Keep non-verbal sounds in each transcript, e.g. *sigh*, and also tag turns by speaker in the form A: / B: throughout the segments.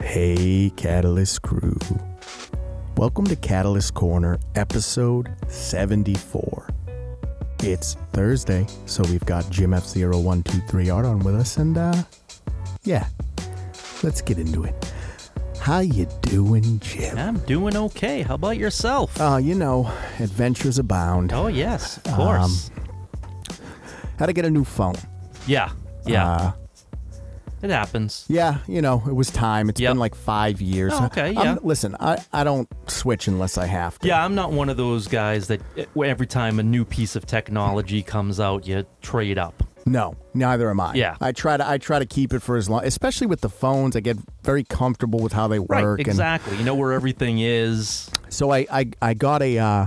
A: Hey, Catalyst crew. Welcome to Catalyst Corner, episode 74. It's Thursday, so we've got Jim F0123 Art on with us, and uh, yeah, let's get into it. How you doing, Jim?
B: I'm doing okay. How about yourself?
A: Uh, you know, adventures abound.
B: oh yes, of
A: Um,
B: course.
A: Had to get a new phone.
B: yeah, yeah.
A: Uh,
B: it happens.
A: yeah, you know, it was time. It's
B: Yep.
A: been like five years.
B: Oh,
A: I'm-
B: okay, yeah.
A: listen, I, I don't switch unless I have to.
B: Yeah, I'm not one of those guys that eh, where every time a new piece of technology comes out, you trade up.
A: No, neither am I.
B: Yeah.
A: I try to I try to keep it for as long, especially with the phones. I get very comfortable with how they work. and-
B: exactly. You know where everything is.
A: so I, I I got a uh,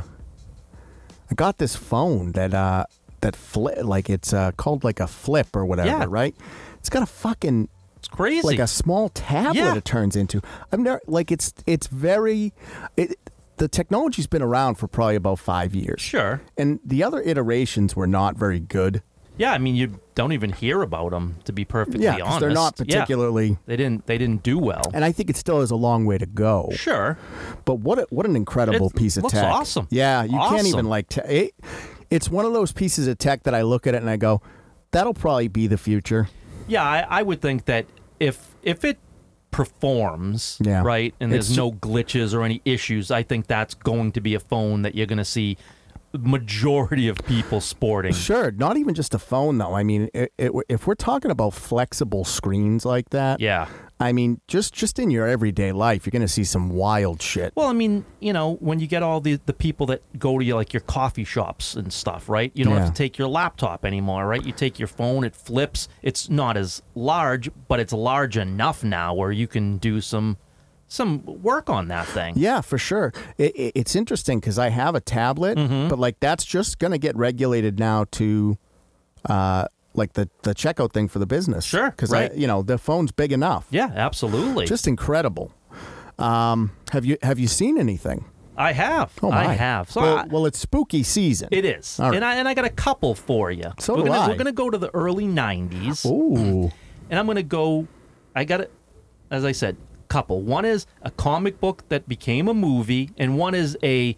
A: I got this phone that uh that flip like it's uh, called like a flip or whatever,
B: Yeah.
A: right? It's got a fucking
B: It's crazy.
A: like a small tablet
B: Yeah.
A: it turns into. I've never like it's it's very it, the technology's been around for probably about five years.
B: sure.
A: And the other iterations were not very good.
B: Yeah, I mean you don't even hear about them to be perfectly
A: Yeah, 'cause
B: honest.
A: they're not
B: Yeah.
A: particularly.
B: They didn't. They didn't do well.
A: And I think it still has a long way to go.
B: sure.
A: But what a, what an incredible
B: It
A: piece of
B: looks
A: tech!
B: awesome.
A: Yeah, you can't even
B: Awesome.
A: like te- it. It's one of those pieces of tech that I look at it and I go, "That'll probably be the future."
B: Yeah, I, I would think that if if it performs
A: Yeah.
B: right and there's
A: It's-
B: no glitches or any issues, I think that's going to be a phone that you're going to see majority of people sporting.
A: Sure, not even just a phone though. I mean, it, it, if we're talking about flexible screens like that,
B: Yeah.
A: I mean, just just in your everyday life, you're going to see some wild shit.
B: Well, I mean, you know, when you get all the the people that go to your, like your coffee shops and stuff, right? You don't
A: Yeah.
B: have to take your laptop anymore, right? You take your phone, it flips. It's not as large, but it's large enough now where you can do some some work on that thing.
A: Yeah, for sure. It, it, it's interesting because I have a tablet,
B: Mm-hmm.
A: but like that's just going to get regulated now to, uh, like the the checkout thing for the business.
B: Sure,
A: because
B: right.
A: you know the phone's big enough.
B: Yeah, absolutely.
A: just incredible. Um, have you have you seen anything?
B: I have.
A: Oh my!
B: I have. So
A: well,
B: I-
A: well, it's spooky season.
B: it is.
A: All right.
B: And I and I got a couple for you.
A: So
B: we're
A: do
B: gonna
A: I.
B: we're gonna go to the early nineties.
A: Ooh,
B: And I'm gonna go I got it as I said, couple. One is a comic book that became a movie, and one is a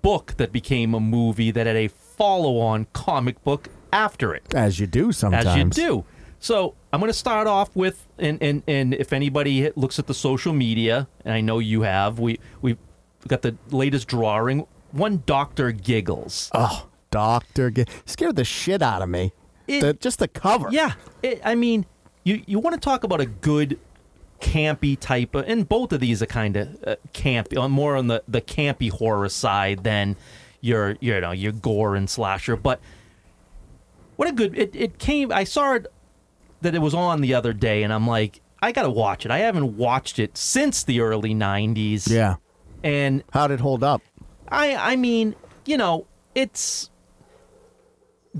B: book that became a movie that had a follow on comic book after it.
A: as you do sometimes.
B: As you do. So I'm going to start off with, and, and, and if anybody looks at the social media, and I know you have, we, we've got the latest drawing. One doctor giggles.
A: Oh, Doctor, G- scared the shit out of me.
B: It-
A: The- just the cover.
B: Yeah, it, I mean, you, you want to talk about a good campy type of, and both of these are kind of uh, campy, uh, more on the, the campy horror side than your, you know, your gore and slasher. But what a good, it, it came, I saw it that it was on the other day, and I'm like, I got to watch it. I haven't watched it since the early 90s.
A: Yeah.
B: And
A: How'd it hold up?
B: I I mean, you know, it's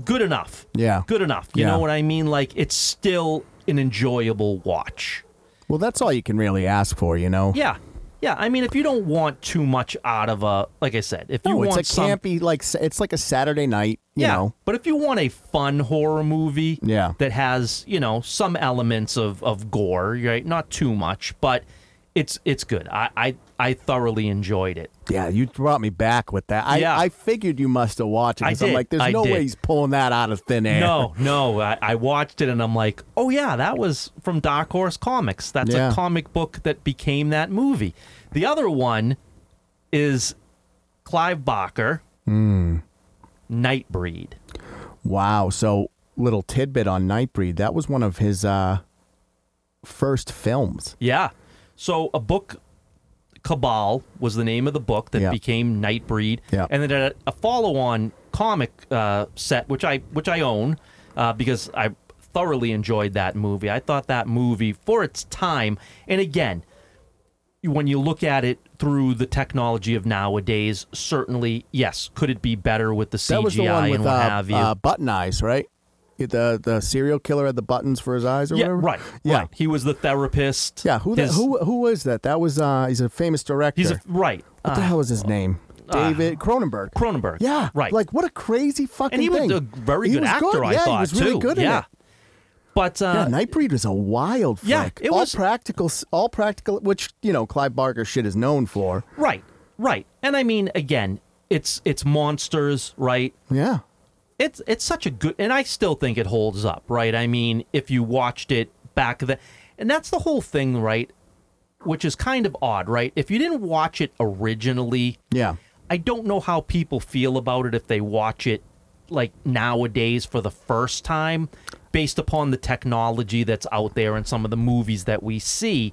B: good enough.
A: Yeah.
B: Good enough. You
A: Yeah.
B: know what I mean? Like it's still an enjoyable watch.
A: Well, that's all you can really ask for, you know.
B: Yeah. Yeah, I mean if you don't want too much out of a like I said, if you
A: No,
B: want
A: it's a
B: some
A: campy like s- it's like a Saturday night, you
B: yeah,
A: know.
B: but if you want a fun horror movie
A: Yeah.
B: that has, you know, some elements of, of gore, right? Not too much, but it's it's good. I, I, I thoroughly enjoyed it.
A: Yeah, you brought me back with that. I,
B: Yeah.
A: I figured you must have watched it
B: I
A: because I'm
B: did.
A: like, there's
B: I
A: no way
B: did.
A: he's pulling that out of thin air.
B: No, no. I, I watched it and I'm like, oh yeah, that was from Dark Horse Comics. That's
A: Yeah.
B: a comic book that became that movie. The other one is Clive Barker, Nightbreed.
A: Wow. So, little tidbit on Nightbreed. That was one of his uh, first films.
B: Yeah. So a book, Cabal was the name of the book that
A: Yeah.
B: became Nightbreed,
A: Yeah.
B: and then a, a follow-on comic uh, set which I which I own uh, because I thoroughly enjoyed that movie. I thought that movie for its time, and again, when you look at it through the technology of nowadays, certainly yes, could it be better with the CGI
A: That was the one
B: and
A: with
B: what
A: uh,
B: have you?
A: uh, button eyes, right? The the serial killer had the buttons for his eyes or
B: yeah,
A: whatever.
B: right,
A: Yeah.
B: right. He was the therapist.
A: Yeah. Who the,
B: His-
A: who who was that? That was uh, he's a famous director.
B: He's a, right.
A: what the
B: uh,
A: hell was his name? David Cronenberg.
B: Cronenberg.
A: Yeah.
B: Right.
A: Like what a crazy fucking
B: and he was
A: thing.
B: a very
A: He
B: good
A: was
B: actor. I
A: yeah,
B: thought
A: he was really
B: too.
A: good in
B: yeah.
A: it.
B: But uh,
A: yeah, Nightbreed was a wild flick.
B: yeah, it
A: all
B: was-
A: practical, all practical, which you know Clive Barker shit is known for.
B: right, right. And I mean, again, it's it's monsters, right?
A: Yeah,
B: it's it's such a good and I still think it holds up, right? I mean, if you watched it back then and that's the whole thing, right? Which is kind of odd, right? If you didn't watch it originally,
A: yeah,
B: I don't know how people feel about it if they watch it like nowadays for the first time based upon the technology that's out there and some of the movies that we see.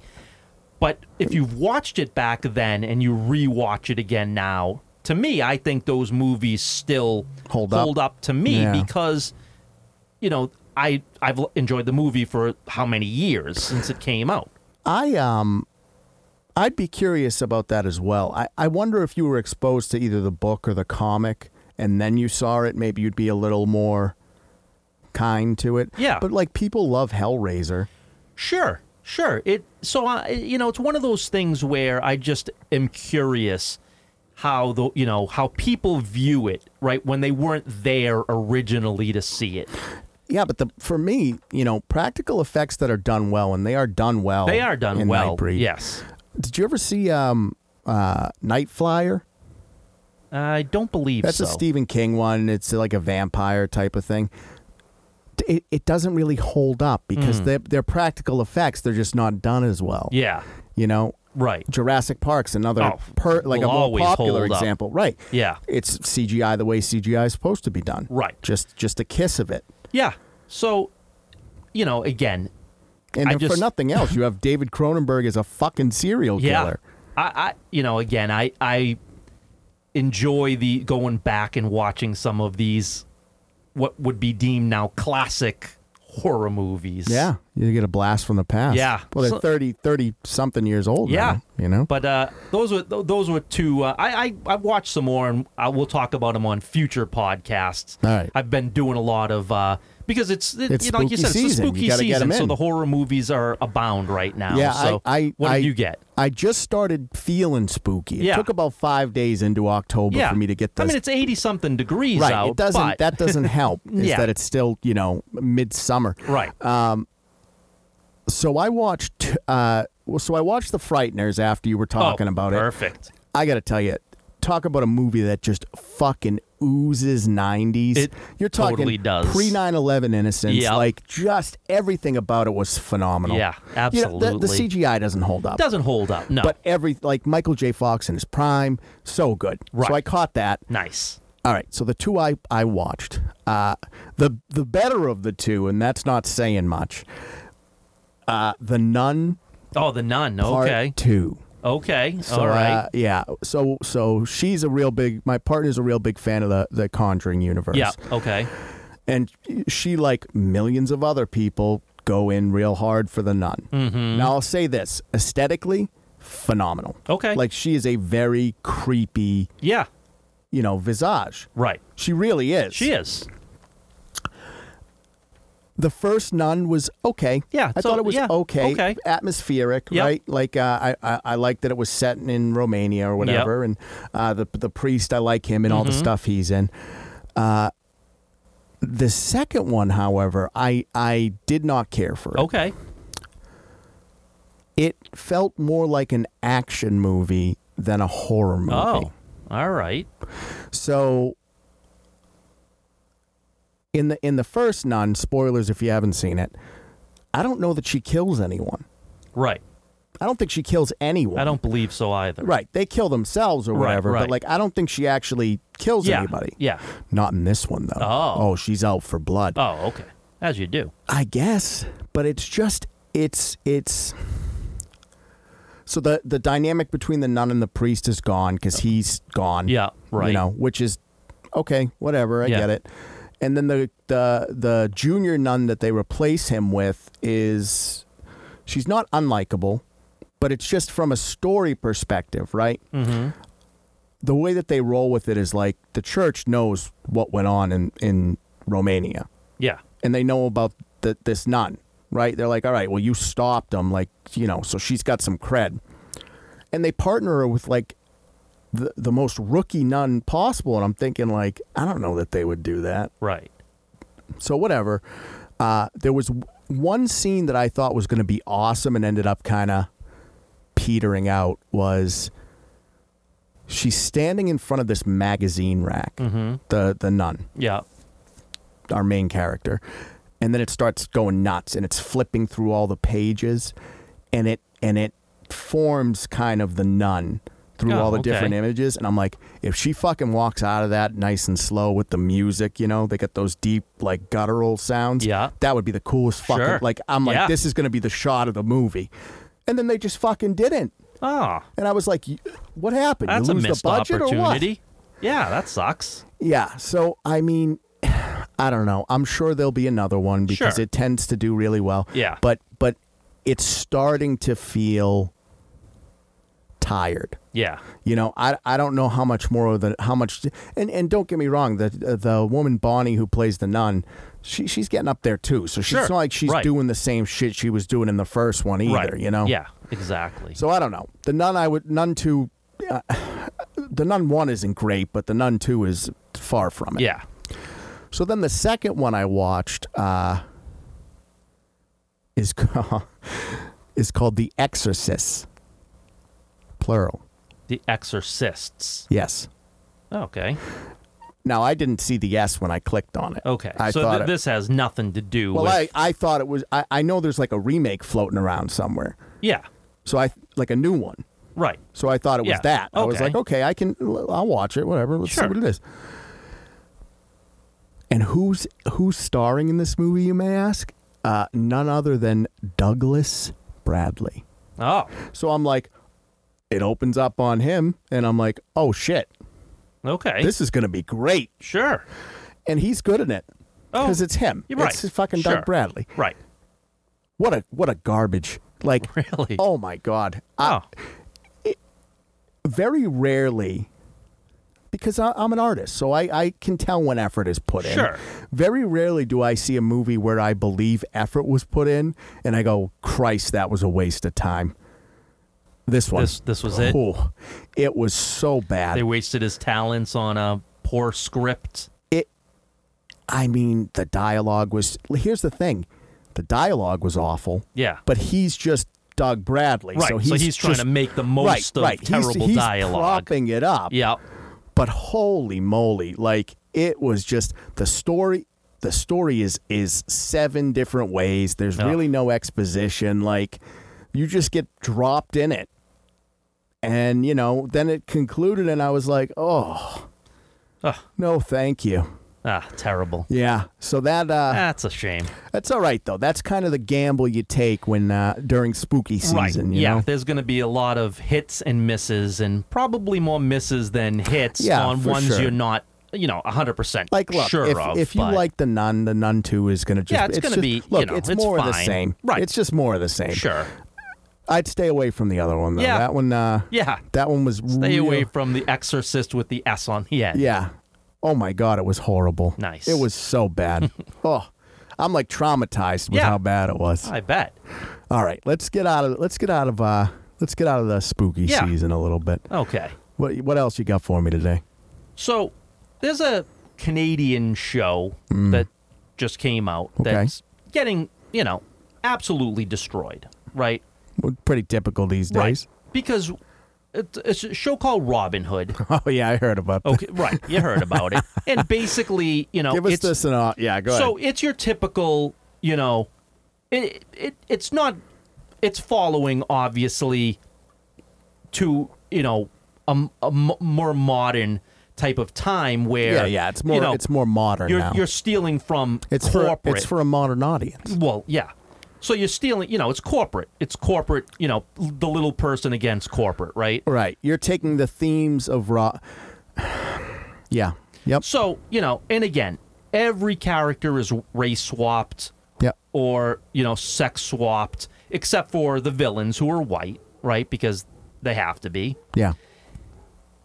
B: But if you've watched it back then and you rewatch it again now, to me, I think those movies still
A: Hold up.
B: hold up, to me
A: Yeah.
B: because you know, I I've l- enjoyed the movie for how many years since it came out.
A: I um, I'd be curious about that as well. I I wonder if you were exposed to either the book or the comic, and then you saw it, maybe you'd be a little more kind to it.
B: Yeah.
A: but like people love Hellraiser.
B: Sure, sure. It so uh, you know it's one of those things where I just am curious how the you know how people view it right when they weren't there originally to see it.
A: Yeah, but the for me, you know, practical effects that are done well, and they are done well.
B: They are done
A: Oh, in
B: well.
A: Nightbreed.
B: Yes,
A: Did you ever see um, uh, Night Flyer?
B: I don't believe
A: That's
B: so.
A: a Stephen King one. It's like a vampire type of thing. It, it doesn't really hold up because they're, they're practical effects. They're just not done as well.
B: Mm. Yeah,
A: You know,
B: right.
A: Jurassic Park's another
B: Oh,
A: per, like a
B: will
A: more
B: always
A: popular
B: hold up.
A: example, right?
B: Yeah,
A: It's CGI the way CGI is supposed to be done,
B: Right.
A: Just just a kiss of it,
B: yeah. So you know again,
A: and
B: I
A: if for
B: just-
A: nothing else, you have David Cronenberg as a fucking serial
B: yeah.
A: killer.
B: I, I you know again I I enjoy the going back and watching some of these what would be deemed now classic horror movies.
A: Yeah, you get a blast from the past.
B: Yeah.
A: well, they're
B: So-
A: 30, 30 something years old.
B: Yeah.
A: now, you know.
B: But uh, those were th- those were two. Uh, I, I I've watched some more, and I will talk about them on future podcasts.
A: All right.
B: I've been doing a lot of uh, because it's, it-
A: It's
B: you know, like you
A: spooky
B: said, it's
A: season.
B: a
A: You
B: spooky
A: gotta get 'em
B: season, so
A: in.
B: the horror movies are abound right now.
A: Yeah, I-
B: So
A: I-
B: what
A: I-
B: did you get?
A: I just started feeling spooky. It
B: Yeah.
A: took about five days into October
B: Yeah,
A: for me to get this.
B: I mean, it's eighty something degrees
A: right.
B: out.
A: it doesn't.
B: but-
A: that
B: *laughs*
A: doesn't help. Is
B: Yeah.
A: that it's still you know midsummer.
B: right.
A: Uh, So I watched. Uh, well, so I watched The Frighteners after you were talking
B: oh,
A: about it.
B: Perfect.
A: I gotta tell you, talk about a movie that just fucking oozes '90s.
B: It
A: You're talking
B: totally does.
A: pre 9/11 innocence.
B: Yep.
A: Like just everything about it was phenomenal.
B: Yeah,
A: You know, the- the,
B: absolutely.
A: CGI doesn't hold up.
B: Doesn't hold up. No.
A: But every like Michael J. Fox in his prime, so good.
B: Right.
A: So I caught that.
B: nice.
A: All right. So the two I I watched, uh, the the better of the two, and that's not saying much. Uh, the Nun
B: Oh, the nun.
A: Part
B: Okay.
A: Two.
B: Okay.
A: So,
B: All right.
A: uh, yeah. So so she's a real big. My partner's a real big fan of the the Conjuring universe.
B: yeah. Okay.
A: And she, like millions of other people, go in real hard for the nun. Mm-hmm. Now, I'll say this aesthetically, phenomenal.
B: Okay.
A: Like, she is a very creepy,
B: Yeah.
A: you know, visage.
B: Right.
A: She really is.
B: She is.
A: The first nun was okay.
B: Yeah,
A: I
B: so-
A: thought it was
B: yeah,
A: okay.
B: okay.
A: Atmospheric,
B: Yep.
A: right? Like, uh, I, I, I like that it was set in Romania or whatever. And uh, the, the priest, I like him and all
B: Mm-hmm.
A: the stuff he's in. Uh, the second one, however, I, I did not care for. it.
B: Okay.
A: it felt more like an action movie than a horror movie.
B: Oh, all right.
A: So in the in the first nun, spoilers if you haven't seen it, I don't know that she kills anyone.
B: Right.
A: I don't think she kills anyone.
B: I don't believe so either.
A: Right. They kill themselves or
B: Right,
A: whatever, but
B: right.
A: like I don't think she actually kills
B: Yeah.
A: anybody.
B: Yeah.
A: Not in this one though.
B: Oh.
A: Oh, she's out for blood.
B: Oh, okay. As you do.
A: I guess, but it's just it's it's so the the dynamic between the nun and the priest is gone because he's gone.
B: Yeah, right.
A: You know, which is okay, whatever. I
B: Yeah.
A: get it. And then the the the junior nun that they replace him with is she's not unlikable, but it's just from a story perspective, right?
B: Mm-hmm.
A: The way that they roll with it is like the church knows what went on in in Romania
B: Yeah.
A: and they know about the, this nun, right? They're like, all right, well, you stopped them, like you know, so she's got some cred, and they partner her with like the the most rookie nun possible, and I'm thinking like, I don't know that they would do that,
B: Right.
A: so whatever. Uh, there was one scene that I thought was going to be awesome and ended up kind of petering out was she's standing in front of this magazine rack,
B: Mm.
A: the the nun,
B: Mm-hmm. Yeah.
A: our main character, and then it starts going nuts and it's flipping through all the pages, and it and it forms kind of the nun through
B: Oh,
A: all the
B: okay.
A: different images and I'm like if she fucking walks out of that nice and slow with the music you know they get those deep like guttural sounds
B: Yeah.
A: that would be the coolest fucking
B: Sure.
A: like I'm like
B: Yeah.
A: this is going to be the shot of the movie and then they just fucking didn't
B: Oh,
A: and I was like "Y- what happened
B: that's
A: you
B: a
A: lose
B: missed
A: the budget or what
B: opportunity. Yeah, that sucks.
A: yeah. So I mean, *sighs* I don't know. I'm sure there'll be another one because
B: Sure.
A: it tends to do really well.
B: Yeah.
A: But but it's starting to feel tired.
B: Yeah.
A: You know, I, I don't know how much more of the how much and, and don't get me wrong, the the woman Bonnie who plays the nun, she she's getting up there too. So she's
B: Sure.
A: not like she's
B: Right.
A: doing the same shit she was doing in the first one either,
B: right.
A: you know.
B: Yeah. Exactly.
A: So I don't know. The nun I would nun two, uh, *sighs* the nun one isn't great, but the nun two is far from it.
B: yeah.
A: So then the second one I watched uh, is *laughs* ca- is called The Exorcist, plural.
B: The Exorcists.
A: Yes.
B: Okay.
A: Now I didn't see the S when I clicked on it.
B: Okay.
A: I
B: so
A: thought
B: th-
A: it-
B: this has nothing to do
A: Well,
B: with.
A: I, I thought it was. I, I know there's like a remake floating around somewhere.
B: yeah.
A: So I like a new one.
B: Right.
A: So I thought it was
B: Yeah.
A: that. I was
B: Okay.
A: like, okay, I can. I'll watch it. Whatever. Let's see
B: Sure.
A: what it is. And who's who's starring in this movie? You may ask. Uh, none other than Douglas Bradley.
B: Oh.
A: So I'm like, it opens up on him, and I'm like, oh shit,
B: Okay.
A: this is gonna be great.
B: sure.
A: And he's good in it
B: Oh,
A: because it's him.
B: you're right.
A: It's fucking
B: Sure.
A: Doug Bradley.
B: Right. *laughs*
A: What a what a garbage. Like,
B: Really.
A: oh my god. I-
B: Oh.
A: very rarely because I, I'm an artist, so I, I can tell when effort is put in.
B: Sure.
A: Very rarely do I see a movie where I believe effort was put in and I go, Christ, that was a waste of time. This one.
B: This- this was it?
A: Oh, it was so bad.
B: They wasted his talents on a poor script.
A: I mean, the dialogue was. Here's the thing the dialogue was awful,
B: Yeah.
A: but he's just Doug Bradley.
B: Right.
A: So he's,
B: trying
A: just-
B: to make the most
A: right,
B: of
A: right.
B: terrible
A: he's, he's
B: dialogue.
A: propping it up.
B: Yeah.
A: but holy moly like it was just the story the story is is seven different ways there's
B: Yeah.
A: really no exposition like you just get dropped in it and you know then it concluded and i was like oh
B: Ugh.
A: no thank you
B: Ah, terrible.
A: yeah so that uh
B: That's a shame.
A: that's all right though that's kind of the gamble you take when uh during spooky season
B: right.
A: you
B: yeah.
A: know
B: There's going to be a lot of hits and misses, and probably more misses than hits
A: Yeah,
B: on
A: for
B: ones
A: sure.
B: you're not, you know, 100%
A: like look
B: sure
A: if,
B: of.
A: if you
B: but-
A: like the nun the nun 2 is going to just
B: Yeah, it's gonna
A: just-
B: be, you
A: look
B: know,
A: it's,
B: it's
A: more of the
B: fine.
A: same
B: Right.
A: it's just more of the same
B: Sure.
A: I'd stay away from the other one though.
B: Yeah.
A: That one uh
B: Yeah.
A: that one was
B: Stay
A: real-
B: away from the exorcist with the S on the end.
A: Yeah. Oh my god, it was horrible.
B: Nice.
A: It was so
B: *laughs*
A: bad. oh. I'm like traumatized with
B: Yeah.
A: how bad it was.
B: I bet.
A: All right, let's get out of let's get out of uh let's get out of the spooky
B: Yeah.
A: season a little bit.
B: Okay.
A: What what else you got for me today?
B: So there's a Canadian show that just came out
A: Mm. Okay.
B: that's getting, you know, absolutely destroyed, right?
A: Well, Pretty typical these days. *laughs*
B: Right. Because it's, it's a show called Robin Hood.
A: Oh yeah, I heard about that.
B: Okay, right. You heard
A: *laughs*
B: about it. And basically, you know,
A: Give us
B: it's
A: this and uh, yeah, go
B: so
A: ahead.
B: it's your typical, you know, it, it it's not it's following obviously to, you know, a, m- a m- more modern type of time where
A: Yeah, yeah, it's more
B: you know,
A: it's more modern
B: you're
A: now.
B: you're stealing from
A: it's for
B: corporate.
A: it's for a modern audience.
B: well, yeah. So you're stealing, you know, it's corporate. It's corporate, you know, l- the little person against corporate, right?
A: Right. You're taking the themes of raw *sighs* Yeah. Yep.
B: So, you know, and again, every character is race swapped
A: Yep.
B: or, you know, sex swapped, except for the villains who are white, right? Because they have to be.
A: Yeah.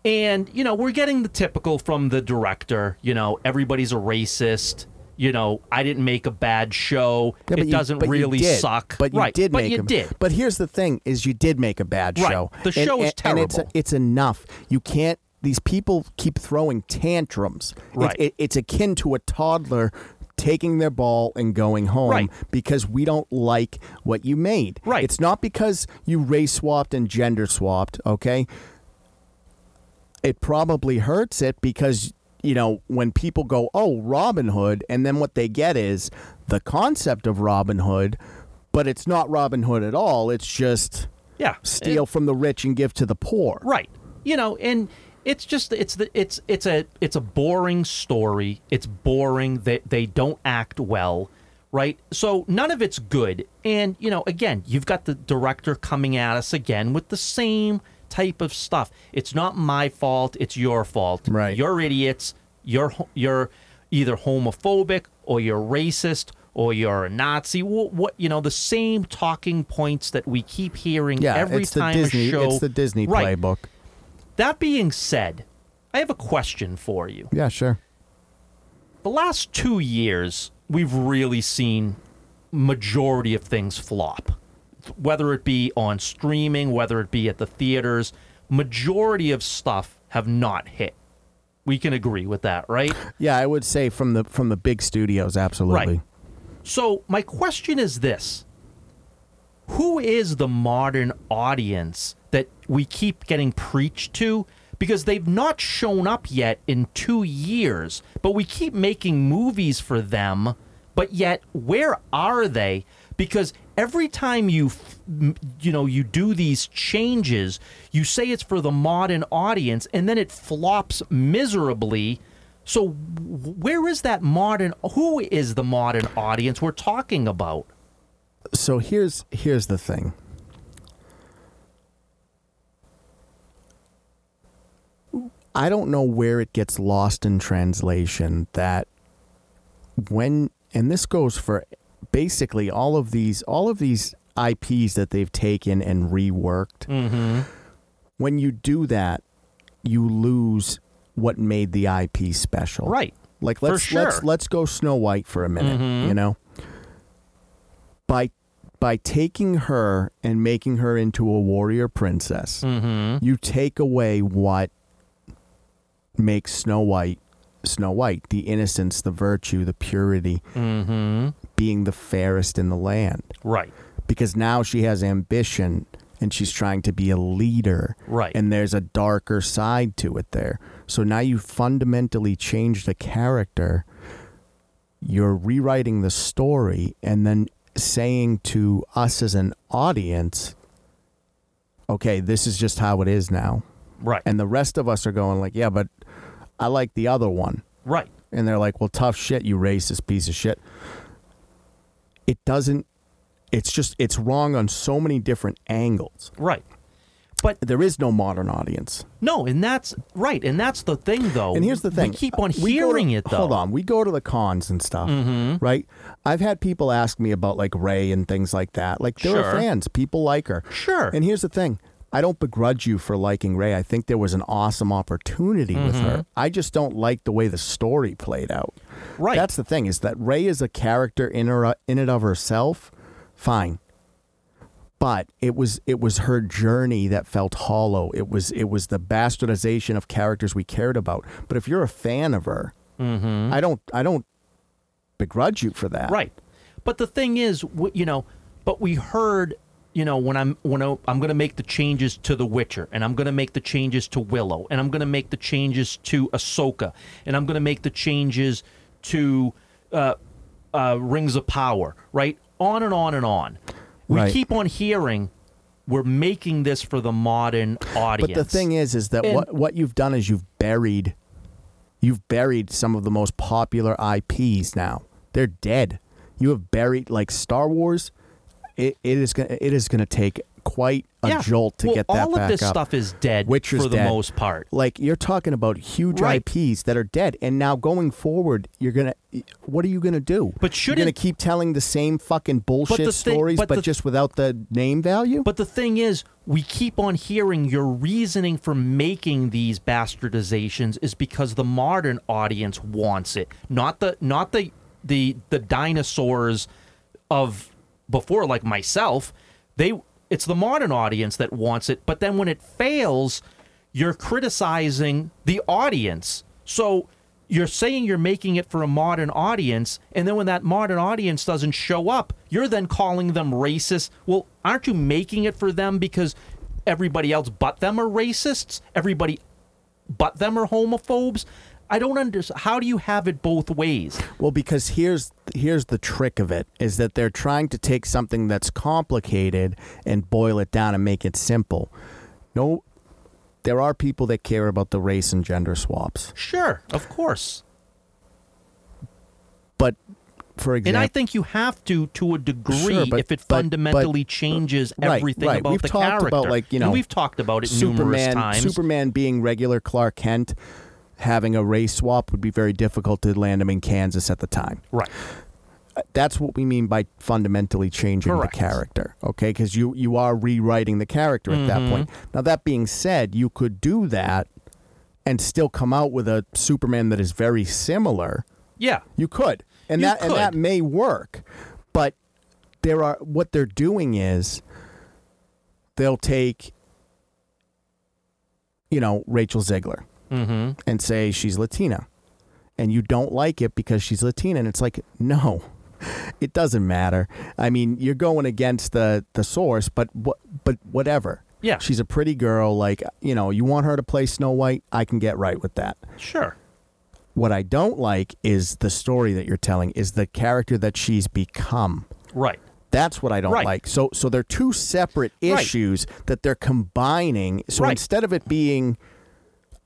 B: And, you know, we're getting the typical from the director, you know, everybody's a racist. You know, I didn't make a bad show.
A: Yeah,
B: it
A: but you-
B: doesn't
A: but you
B: really
A: did.
B: suck.
A: But you
B: right.
A: did
B: but
A: make
B: you
A: a-
B: did.
A: But here's the thing: is you did make a bad
B: Right.
A: show.
B: The show is
A: and, And it's,
B: terrible.
A: it's enough. You can't. These people keep throwing tantrums. It's-
B: Right.
A: it- it's akin to a toddler taking their ball and going home
B: Right.
A: because we don't like what you made.
B: Right.
A: It's not because you race swapped and gender swapped, okay? It probably hurts it because you know, when people go, "Oh, Robin Hood," and then what they get is the concept of Robin Hood, but it's not Robin Hood at all. It's just
B: Yeah.
A: steal from the rich and give to the poor.
B: Right. You know, and it's just it's the it's it's a it's a boring story. It's boring that they, don't act well, right? So none of it's good. And you know, again, you've got the director coming at us again with the same type of stuff. It's not my fault, it's your fault.
A: Right.
B: You're idiots. You're ho- you're either homophobic or you're racist or you're a Nazi. What, what you know, the same talking points that we keep hearing
A: Yeah,
B: every
A: it's the
B: time
A: Disney.
B: a show.
A: It's the Disney
B: right.
A: playbook.
B: That being said, I have a question for you.
A: Yeah, sure.
B: The last two years, we've really seen majority of things flop, whether it be on streaming, whether it be at the theaters. Majority of stuff have not hit. We can agree with that, right?
A: Yeah, I would say from the from the big studios, absolutely.
B: Right. So my question is this: Who is the modern audience that we keep getting preached to? Because they've not shown up yet in two years, but we keep making movies for them. But yet, where are they? Because every time you, f- m- you know, you do these changes, you say it's for the modern audience, and then it flops miserably. So w- where is that modern? Who is the modern audience we're talking about?
A: So here's here's the thing. I don't know where it gets lost in translation that when and this goes for basically all of these all of these IPs that they've taken and reworked. When you do that, you lose what made the IP special.
B: Right.
A: Like
B: For
A: let's
B: sure. Mm-hmm.
A: let's let's go Snow White for a minute, you know. By by taking her and making her into a warrior princess,
B: Mm-hmm.
A: you take away what makes Snow White Snow White, the innocence, the virtue, the purity, being the fairest in the land.
B: Mm-hmm. Right.
A: Because now she has ambition and she's trying to be a leader.
B: Right.
A: And there's a darker side to it there. So now you fundamentally change the character. You're rewriting the story and then saying to us as an audience, okay, this is just how it is now.
B: Right.
A: And the rest of us are going like, yeah, but I like the other one
B: right.
A: and they're like, "Well, tough shit, you racist piece of shit." It doesn't. It's just it's wrong on so many different angles.
B: Right. But
A: There is no modern audience.
B: no, and that's right, and that's the thing, though.
A: And here's the thing: Uh,
B: we keep on
A: We go to-
B: hearing it, though. Mm-hmm.
A: Hold on, we go to the cons and stuff, right? I've had people ask me about like Ray and things like that. Like there
B: Sure.
A: are fans, people like her.
B: Sure.
A: And here's the thing. I don't begrudge you for liking Ray. I think there was an awesome opportunity with her. I just don't like the way the story played out.
B: Mm-hmm. right.
A: That's the thing is that Ray is a character in her in and of herself, fine. But it was it was her journey that felt hollow. It was it was the bastardization of characters we cared about. But if you're a fan of her, I don't I don't begrudge you for that.
B: Mm-hmm. Right. But the thing is, w- you know, but we heard, you know, when I'm when I- I'm going to make the changes to The Witcher, and I'm going to make the changes to Willow, and I'm going to make the changes to Ahsoka, and I'm going to make the changes to uh, uh, Rings of Power, right? On and on and on. We
A: Right.
B: keep on hearing we're making this for the modern
A: But
B: audience.
A: the thing is is that
B: And-
A: what what you've done is you've buried you've buried some of the most popular IPs now. They're dead. You have buried like Star Wars. It, it is gonna it is gonna take quite a
B: Yeah.
A: jolt to
B: Well,
A: get that
B: all
A: back
B: of this
A: up.
B: stuff is dead
A: Witcher's
B: for the
A: dead.
B: most part.
A: Like you're talking about huge
B: Right.
A: IPs that are dead, and now going forward, you're gonna. What are you gonna do?
B: But
A: you're gonna
B: shouldn't-
A: keep telling the same fucking bullshit
B: the thing-
A: stories,
B: but
A: but
B: the-
A: just without the name value.
B: But the thing is, we keep on hearing your reasoning for making these bastardizations is because the modern audience wants it, not the not the the the dinosaurs of before, like myself. They it's the modern audience that wants it. But then when it fails, you're criticizing the audience. So you're saying you're making it for a modern audience, and then when that modern audience doesn't show up, you're then calling them racist. Well, aren't you making it for them because everybody else but them are racists? Everybody but them are homophobes? I don't understand. How do you have it both ways?
A: Well, because here's here's the trick of it is that they're trying to take something that's complicated and boil it down and make it simple. No, there are people that care about the race and gender swaps,
B: Sure, of course.
A: but for
B: And
A: example,
B: I think you have to, to a degree,
A: Sure, but-
B: if it
A: but- but-
B: fundamentally changes
A: Right,
B: everything
A: right.
B: about
A: We've
B: the
A: talked
B: character.
A: about, like, you
B: And
A: know,
B: we've talked about it numerous
A: Superman,
B: times.
A: Superman being regular Clark Kent, having a race swap would be very difficult to land him in Kansas at the time.
B: right.
A: that's what we mean by fundamentally changing
B: Correct.
A: the character okay because you you are rewriting the character at that point
B: Mm-hmm.
A: now that being said you could do that and still come out with a superman that is very similar
B: Yeah.
A: you could and
B: You
A: that and that
B: could.
A: may work but there are what they're doing is they'll take you know rachel ziegler
B: Mm-hmm.
A: and say she's Latina and you don't like it because she's Latina. And it's like, no, *laughs* it doesn't matter. I mean, you're going against the, the source, but what, but whatever.
B: Yeah.
A: She's a pretty girl. Like, you know, you want her to play Snow White. I can get right with that.
B: Sure.
A: What I don't like is the story that you're telling is the character that she's become.
B: Right.
A: That's what I don't
B: Right.
A: like. So so they're two separate
B: Right.
A: issues that they're combining. So
B: Right.
A: instead of it being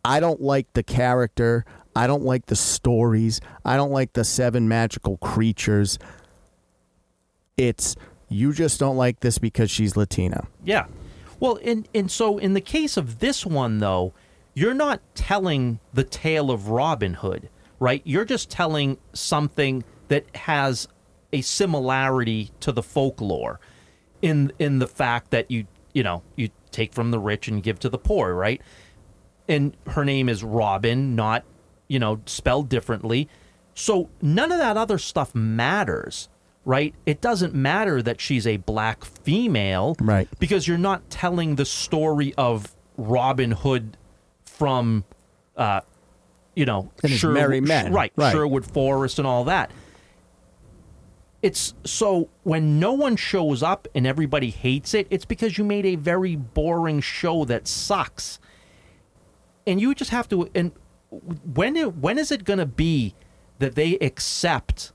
A: I don't like the character, I don't like the stories, I don't like the seven magical creatures. It's you just don't like this because she's Latina.
B: Yeah. Well, in and so in the case of this one though, you're not telling the tale of Robin Hood, right? You're just telling something that has a similarity to the folklore in in the fact that you, you know, you take from the rich and give to the poor, right? and her name is Robin, not, you know, spelled differently. So none of that other stuff matters, right? It doesn't matter that she's a black female.
A: Right.
B: Because you're not telling the story of Robin Hood from, uh, you know,
A: And his merry men,
B: Right,
A: right.
B: Sherwood Forest and all that. It's so when no one shows up and everybody hates it, it's because you made a very boring show that sucks and you just have to and when it, when is it going to be that they accept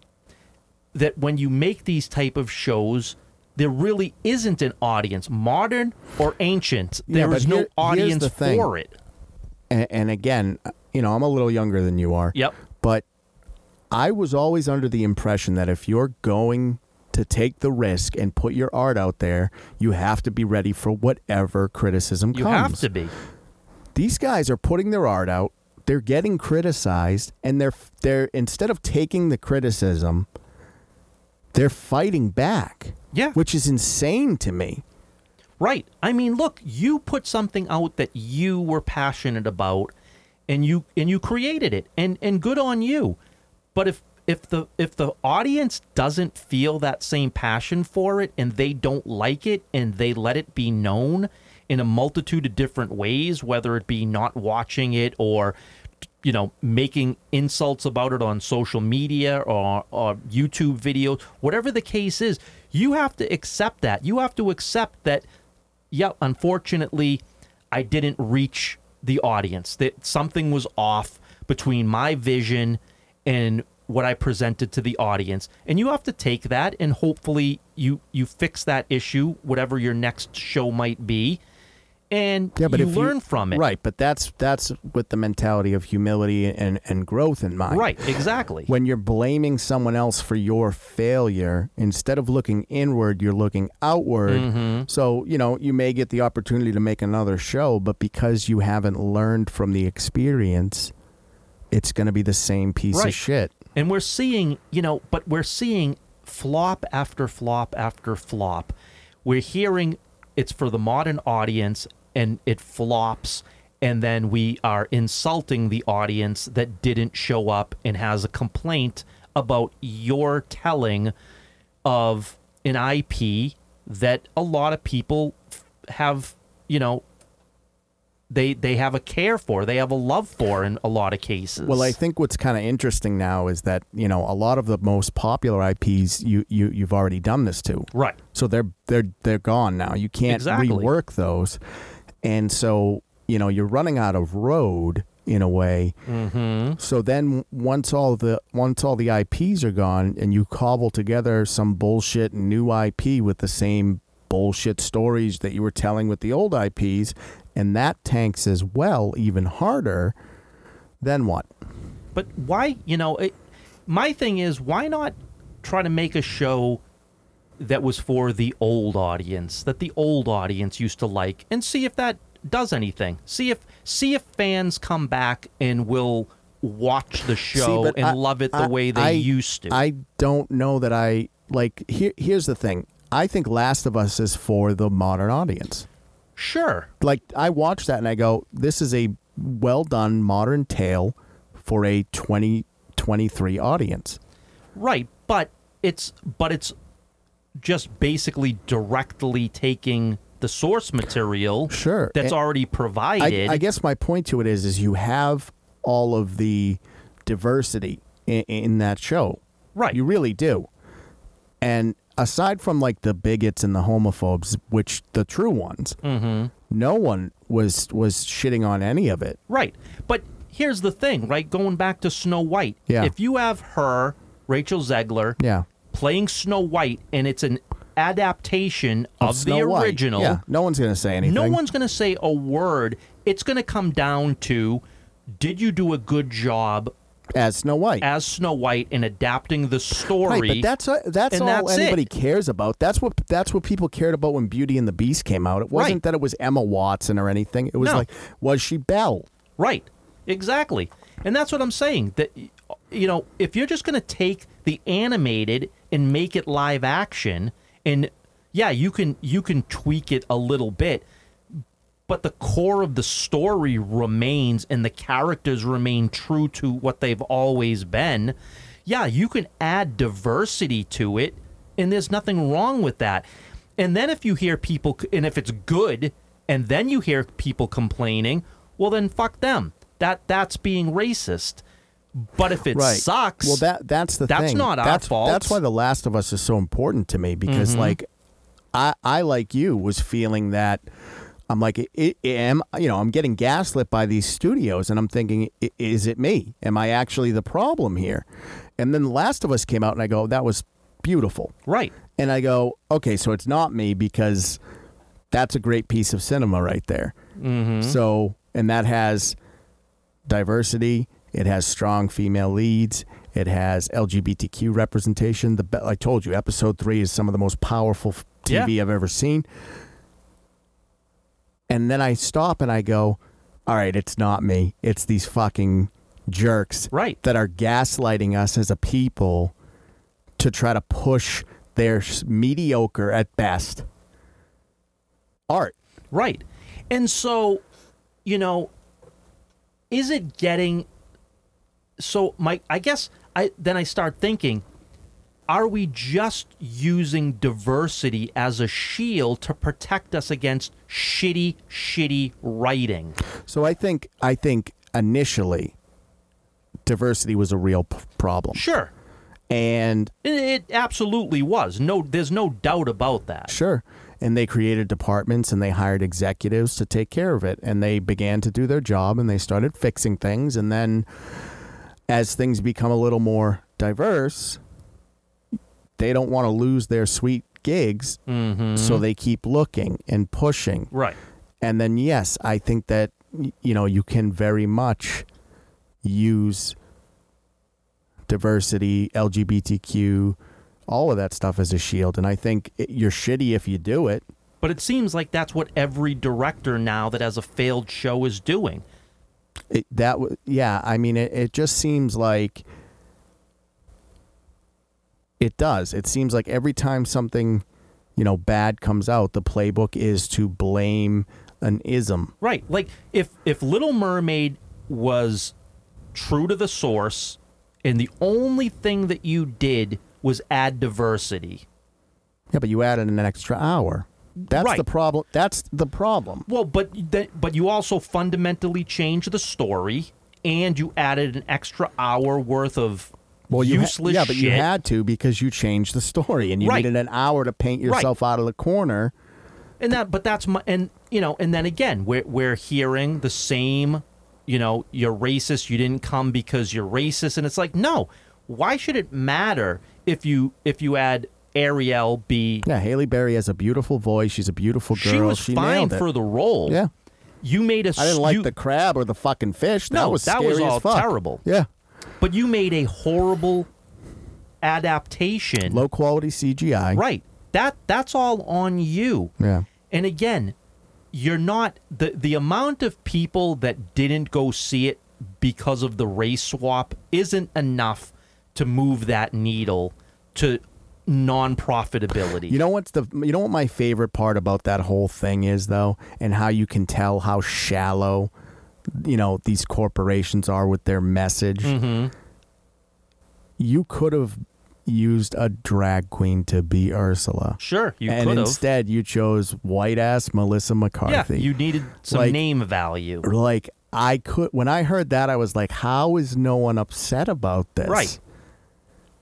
B: that when you make these type of shows there really isn't an audience modern or ancient
A: Yeah,
B: There is
A: but here-
B: no
A: here's
B: audience
A: the thing.
B: for it
A: And, and again, you know, I'm a little younger than you are.
B: Yep.
A: But I was always under the impression that if you're going to take the risk and put your art out there, you have to be ready for whatever criticism
B: you
A: comes.
B: have to be
A: These guys are putting their art out, they're getting criticized, and they're they're instead of taking the criticism, they're fighting back.
B: Yeah.
A: Which is insane to me.
B: Right. I mean, look, you put something out that you were passionate about and you and you created it and and good on you. But if if the if the audience doesn't feel that same passion for it and they don't like it and they let it be known in a multitude of different ways, whether it be not watching it or you know, making insults about it on social media or, or YouTube videos, whatever the case is, you have to accept that. You have to accept that, yeah, unfortunately, I didn't reach the audience, that something was off between my vision and what I presented to the audience. And you have to take that and hopefully you you fix that issue, whatever your next show might be, and you learn from it.
A: Right, but that's that's with the mentality of humility and, and growth in mind.
B: Right, exactly.
A: when you're blaming someone else for your failure instead of looking inward you're looking outward so you know you may get the opportunity to make another show but because you haven't learned from the experience it's going to be the same piece
B: Right.
A: of shit
B: And we're seeing, you know, but we're seeing flop after flop after flop. We're hearing it's for the modern audience and it flops. And then we are insulting the audience that didn't show up and has a complaint about your telling of an IP that a lot of people f- have, you know, they they have a care for, they have a love for in a lot of cases.
A: Well, I think what's kind of interesting now is that you know a lot of the most popular IPs you you you've already done this to,
B: right.
A: so they're they're they're gone now. You can't
B: Exactly.
A: rework those, and so you know you're running out of road in a way.
B: Mm-hmm.
A: So then once all the once all the IPs are gone and you cobble together some bullshit new IP with the same bullshit stories that you were telling with the old IPs and that tanks as well even harder then what?
B: But why, you know, it, my thing is why not try to make a show that was for the old audience, that the old audience used to like and see if that does anything. See if see if fans come back and will watch the show
A: but
B: and
A: I-
B: love it the
A: I-
B: way they
A: I-
B: used to.
A: I don't know that I like here here's the thing. I think Last of Us is for the modern audience.
B: sure.
A: like I watch that and I go, this is a well done modern tale for a 2023 audience.
B: Right, but it's but it's just basically directly taking the source material
A: Sure.
B: that's
A: And
B: already
A: I,
B: provided.
A: I guess my point to it is, is you have all of the diversity in, in that show.
B: Right.
A: You really do. And aside from like the bigots and the homophobes, which the true ones,
B: Mm-hmm.
A: no one was was shitting on any of it.
B: Right. But here's the thing, right? Going back to Snow White.
A: Yeah.
B: If you have her, Rachel Zegler,
A: Yeah.
B: playing Snow White and it's an adaptation of,
A: Snow
B: the
A: White.
B: original,
A: Yeah. No one's gonna say anything.
B: no one's going to say a word. It's going to come down to did you do a good job
A: as Snow White.
B: as Snow White in adapting the story?
A: Right, but that's uh, that's
B: and
A: all
B: that's it.
A: anybody cares about. That's what that's what people cared about when Beauty and the Beast came out. It wasn't
B: Right.
A: that it was Emma Watson or anything. It was
B: No.
A: like, was she Belle?
B: Right. Exactly. And that's what I'm saying. That you know, if you're just going to take the animated and make it live action, and yeah, you can you can tweak it a little bit, but the core of the story remains, and the characters remain true to what they've always been. Yeah, you can add diversity to it, and there's nothing wrong with that. And then if you hear people, c- and if it's good, and then you hear people complaining, well, then fuck them. That that's being racist. But if it sucks,
A: Well, that that's the
B: That's
A: thing.
B: not our
A: that's,
B: fault. Mm-hmm.
A: That's why The Last of Us is so important to me because, like, I I like you was feeling that. I'm like, i i am you know I'm getting gaslit by these studios, and I'm thinking, i- is it me? Am I actually the problem here? And then The Last of Us came out, and I go, that was beautiful.
B: right,
A: And I go, okay, so it's not me because that's a great piece of cinema right there. So, and that has diversity, it has strong female leads, it has LGBTQ representation. The be- I told you, episode three is some of the most powerful f- TV I've ever seen. And then I stop and I go, all right, it's not me. It's these fucking jerks
B: right.
A: that are gaslighting us as a people to try to push their s- mediocre at best art.
B: Right. And so, you know, is it getting so my I guess I then I start thinking are we just using diversity as a shield to protect us against shitty shitty writing?
A: So I think I think initially diversity was a real p- problem.
B: Sure.
A: And
B: It, it absolutely was. No there's no doubt about that.
A: sure, and they created departments and they hired executives to take care of it and they began to do their job and they started fixing things and then as things become a little more diverse, they don't want to lose their sweet gigs
B: Mhm.
A: so they keep looking and pushing
B: Right.
A: and then yes i think that y- you know you can very much use diversity lgbtq all of that stuff as a shield and i think it, you're shitty if you do it
B: But it seems like that's what every director now that has a failed show is doing.
A: it that w- yeah i mean it, it just seems like it does it seems like every time something you know bad comes out the playbook is to blame an ism
B: Right. Like if if Little Mermaid was true to the source and the only thing that you did was add diversity.
A: yeah but you added an extra hour That's
B: Right.
A: the problem. That's the problem.
B: Well, but th- but you also fundamentally changed the story, and you added an extra hour worth of
A: Well, you ha-
B: useless
A: yeah, but you
B: shit.
A: had to because you changed the story and you
B: Right.
A: needed an hour to paint yourself out of the corner.
B: and that but that's my and you know and then again we're, we're hearing the same you know you're racist you didn't come because you're racist and it's like no why should it matter if you if you add ariel b
A: Yeah, Haley Berry has a beautiful voice. She's a beautiful girl.
B: she was fine
A: nailed it.
B: for the role
A: Yeah.
B: you made a
A: I didn't like
B: you-
A: the crab or the fucking fish. That
B: No,
A: was
B: that
A: scary
B: was all
A: as fuck.
B: terrible.
A: Yeah,
B: but you made a horrible adaptation
A: low quality CGI.
B: right that that's all on you
A: Yeah.
B: And again, you're not the the amount of people that didn't go see it because of the race swap isn't enough to move that needle to non profitability.
A: You know what's the you know what my favorite part about that whole thing is though, and how you can tell how shallow, you know, these corporations are with their message.
B: Mm-hmm.
A: You could have used a drag queen to be Ursula,
B: sure, you
A: and
B: could have.
A: instead you chose white ass Melissa
B: Yeah,
A: McCarthy.
B: you needed some
A: Like-
B: name value.
A: like I could when I heard that I was like, how is no one upset about this?
B: Right.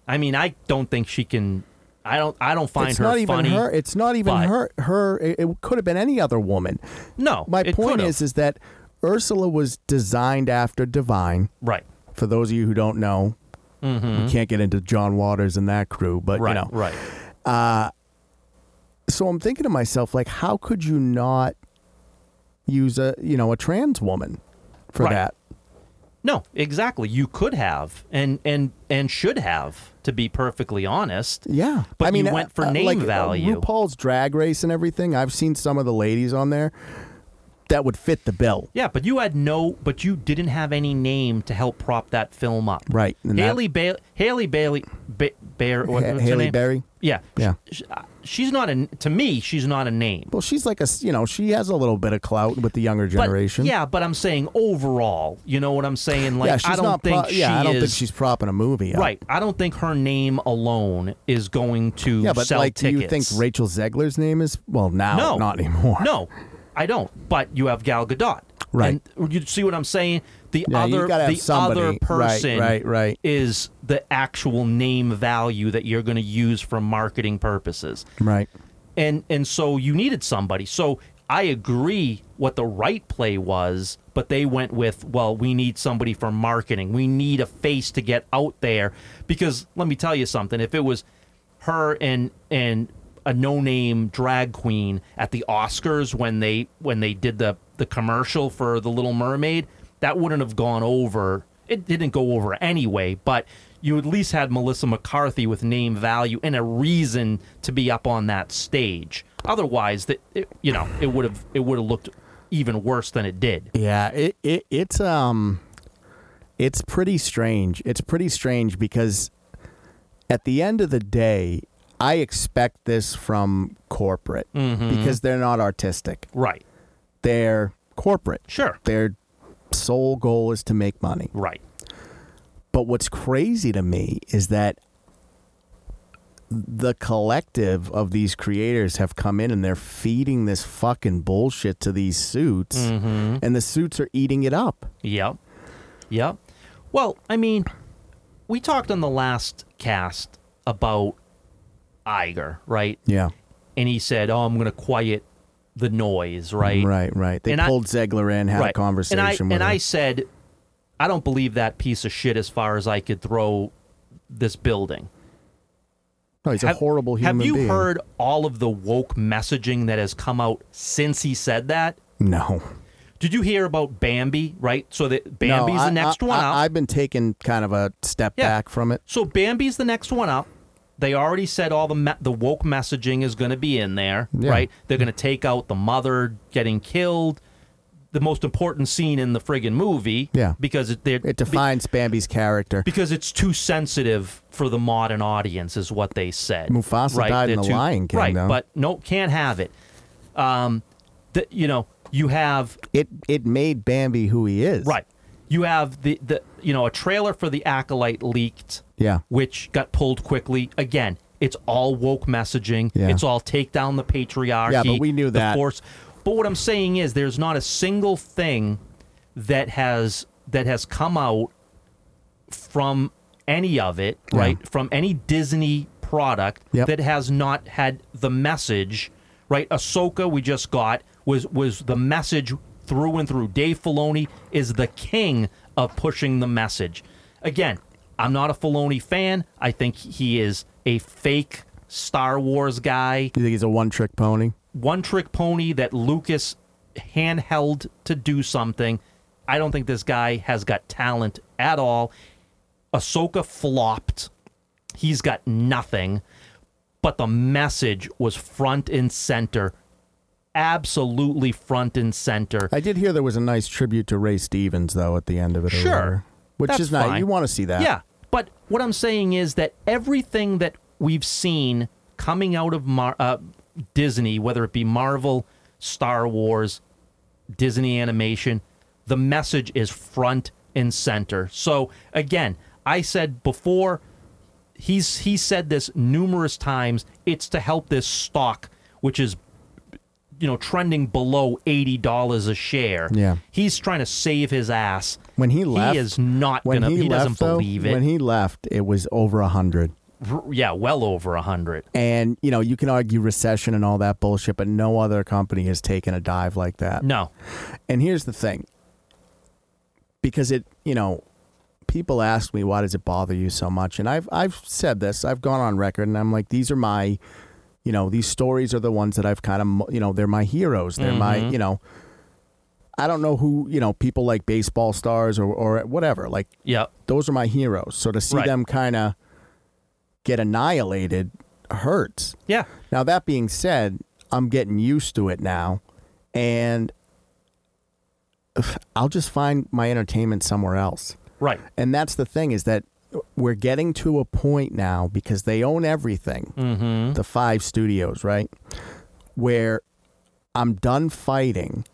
B: I mean, I don't think she can. I don't. I don't find
A: it's
B: her
A: not even
B: funny.
A: her. It's not even
B: but-
A: her. Her. It, it could have been any other woman.
B: no,
A: My
B: it
A: point
B: could've.
A: is, is that Ursula was designed after Divine.
B: right,
A: For those of you who don't know, we can't get into John Waters and that crew, but
B: Mm-hmm. right,
A: you know.
B: right.
A: So I'm thinking to myself, like, how could you not use a you know a trans woman for
B: Right.
A: that?
B: No, exactly. You could have, and and and should have, to be perfectly honest.
A: Yeah,
B: But
A: I mean,
B: you went for
A: uh,
B: name
A: like, uh,
B: value.
A: RuPaul's Drag Race and everything. I've seen some of the ladies on there that would fit the bill.
B: Yeah, but you had no, but you didn't have any name to help prop that film up.
A: Right, and that-
B: Haley Bailey, Haley Bailey, ba- Bear, what,
A: Ha-
B: what's her
A: Haley
B: name?
A: Berry.
B: Yeah,
A: Yeah.
B: Sh- uh, she's not a. To me, she's not a name.
A: Well, she's like a s- you know she has a little bit of clout with the younger
B: But-
A: generation.
B: yeah, but I'm saying overall, you know what I'm saying? Like,
A: yeah, she's
B: I don't
A: not.
B: think
A: pro-
B: she
A: yeah, I don't
B: is.
A: think she's propping a movie. Up.
B: right. I don't think her name alone is going to
A: Yeah, but
B: sell
A: like,
B: tickets.
A: do you think Rachel Zegler's name is well now?
B: No.
A: not anymore.
B: No, I don't. But you have Gal Gadot.
A: Right.
B: And you see what I'm saying? The
A: Yeah, you
B: other
A: gotta have
B: the other
A: somebody. Right,
B: person
A: right, right.
B: is the actual name value that you're going to use for marketing purposes.
A: Right.
B: And and so you needed somebody. So I agree what the right play was, but they went with, well, we need somebody for marketing. We need a face to get out there because let me tell you something, if it was her and and a no-name drag queen at the Oscars when they when they did the the commercial for the Little Mermaid, that wouldn't have gone over. It didn't go over anyway, but you at least had Melissa McCarthy with name value and a reason to be up on that stage. Otherwise, that it, you know, it would have it would have looked even worse than it did.
A: Yeah. It, it it's um, it's pretty strange. It's pretty strange because at the end of the day, I expect this from corporate
B: Mm-hmm.
A: because they're not artistic.
B: Right.
A: They're corporate.
B: Sure.
A: Their sole goal is to make money.
B: Right.
A: But what's crazy to me is that the collective of these creators have come in and they're feeding this fucking bullshit to these suits,
B: Mm-hmm.
A: and the suits are eating it up.
B: Yep. Yep. Well, I mean, we talked on the last cast about Iger, right?
A: Yeah,
B: And he said, "Oh, I'm going to quiet the noise," right?
A: right, right. They
B: And I-
A: pulled Zegler in, had a conversation
B: And I
A: with
B: and
A: him.
B: I said, "I don't believe that piece of shit as far as I could throw this building."
A: no, he's a
B: Have-
A: horrible human
B: Have you
A: being.
B: heard all of the woke messaging that has come out since he said that?
A: No,
B: Did you hear about Bambi? Right, so that Bambi's
A: no, I-
B: the next
A: I,
B: one
A: I,
B: out.
A: I've been taking kind of a step
B: Yeah.
A: back from it.
B: So Bambi's the next one up. They already said all the me- the woke messaging is going to be in there,
A: Yeah.
B: right? They're going to take out the mother getting killed, the most important scene in the friggin' movie,
A: Yeah.
B: because it, they're-
A: It
B: be-
A: defines Bambi's character.
B: because it's too sensitive for the modern audience, is what they said.
A: Mufasa died in
B: they're
A: The Lion King,
B: right?
A: though.
B: But no, can't have it. Um, the, you know, you have
A: It it made Bambi who he is.
B: Right. You have the, the you know a trailer for the acolyte leaked.
A: Yeah.
B: Which got pulled quickly again. It's all woke messaging.
A: Yeah.
B: It's all take down the patriarchy.
A: Yeah, but we knew
B: the
A: that.
B: Force. But what I'm saying is, there's not a single thing that has that has come out from any of it,
A: Yeah.
B: right? From any Disney product
A: Yep.
B: that has not had the message, right? Ahsoka we just got was was the message through and through. Dave Filoni is the king of pushing the message. Again, I'm not a Filoni fan. I think he is a fake Star Wars guy,
A: You think he's a one-trick pony?
B: one trick pony that Lucas handheld to do something. I don't think this guy has got talent at all. Ahsoka flopped. He's got nothing. But the message was front and center. Absolutely front and center.
A: I did hear there was a nice tribute to Ray Stevens though at the end of it. or
B: Sure.
A: whatever, which
B: That's
A: is nice.
B: fine.
A: You want to see that?
B: Yeah. But what I'm saying is that everything that we've seen coming out of Mar- uh, Disney, whether it be Marvel, Star Wars, Disney animation, the message is front and center. So again, I said before, he's he said this numerous times. It's to help this stock, which is you know trending below eighty dollars a share.
A: Yeah.
B: he's trying to save his ass.
A: When he left,
B: he is not
A: when
B: gonna.
A: he,
B: He,
A: left,
B: doesn't
A: though,
B: believe it.
A: When he left, it was over a hundred.
B: R- yeah, well over a hundred.
A: And you know, you can argue recession and all that bullshit, but no other company has taken a dive like that.
B: No,
A: And here's the thing. Because it, you know, people ask me why does it bother you so much? And I've I've said this. I've gone on record and I'm like these are my you know, these stories are the ones that I've kind of, mo- you know, they're my heroes. They're my, you know, I don't know who, you know, people like baseball stars or or whatever. Like
B: yeah,
A: those are my heroes. So to see
B: Right.
A: them kind of get annihilated hurts.
B: yeah,
A: Now that being said, I'm getting used to it now, and *sighs* I'll just find my entertainment somewhere else.
B: right,
A: And that's the thing is that we're getting to a point now because they own everything, mm-hmm. the five studios, right? Where I'm done fighting.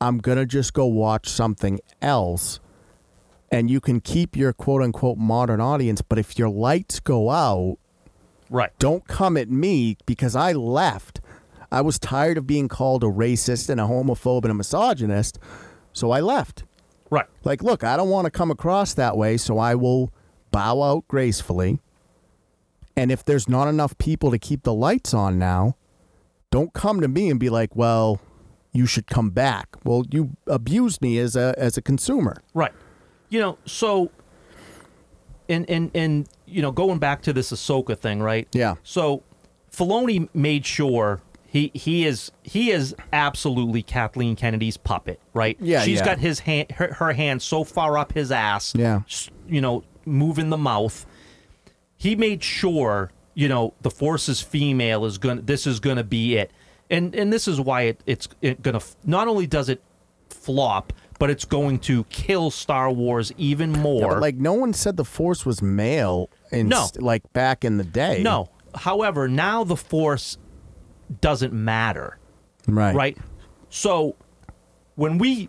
A: I'm going to just go watch something else. And you can keep your quote unquote modern audience, but if your lights go out,
B: right,
A: don't come at me because I left. I was tired of being called a racist and a homophobe and a misogynist, so I left.
B: right,
A: Like, look, I don't want to come across that way, so I will bow out gracefully. And if there's not enough people to keep the lights on now, don't come to me and be like, "Well, you should come back." Well, you abused me as a as a consumer.
B: right. You know, so and and and you know, going back to this Ahsoka thing, right?
A: Yeah.
B: So Filoni made sure he he is he is absolutely Kathleen Kennedy's puppet, right?
A: Yeah,
B: she's
A: yeah.
B: got his hand her, her hand so far up his ass,
A: Yeah.
B: s- you know, moving the mouth. He made sure, you know, the force is female is going to this is going to be it. And and this is why it it's it going to not only does it flop, but it's going to kill Star Wars even more.
A: But like, no one said the force was male, in
B: No.
A: st- like back in the day.
B: no. However, now the force doesn't matter.
A: right,
B: right so when we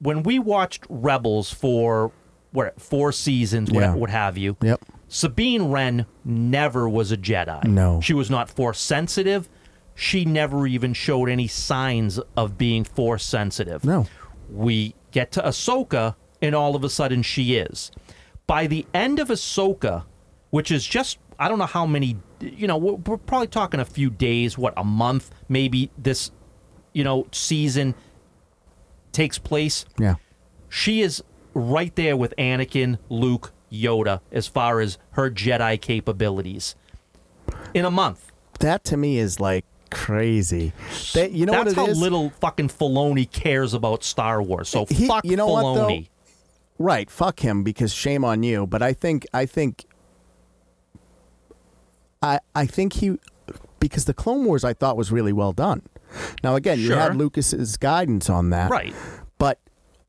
B: when we watched rebels for what four seasons what,
A: Yeah.
B: what have you
A: Yep.
B: sabine wren never was a jedi
A: No.
B: she was not force sensitive she never even showed any signs of being force sensitive
A: No.
B: we get to Ahsoka, and all of a sudden she is. By the end of Ahsoka, which is just, I don't know how many, you know, we're, we're probably talking a few days, what, a month, maybe this, you know, season takes place.
A: Yeah.
B: She is right there with Anakin, Luke, Yoda, as far as her Jedi capabilities in a month.
A: That to me is like crazy. That you know what it
B: That's how
A: is?
B: little fucking Filoni cares about Star Wars. So
A: He-
B: fuck
A: you know what, though?
B: Filoni.
A: right, fuck him because shame on you, but I think I think I I think he because the Clone Wars I thought was really well done. Now again, you
B: Sure.
A: had Lucas's guidance on that.
B: Right.
A: But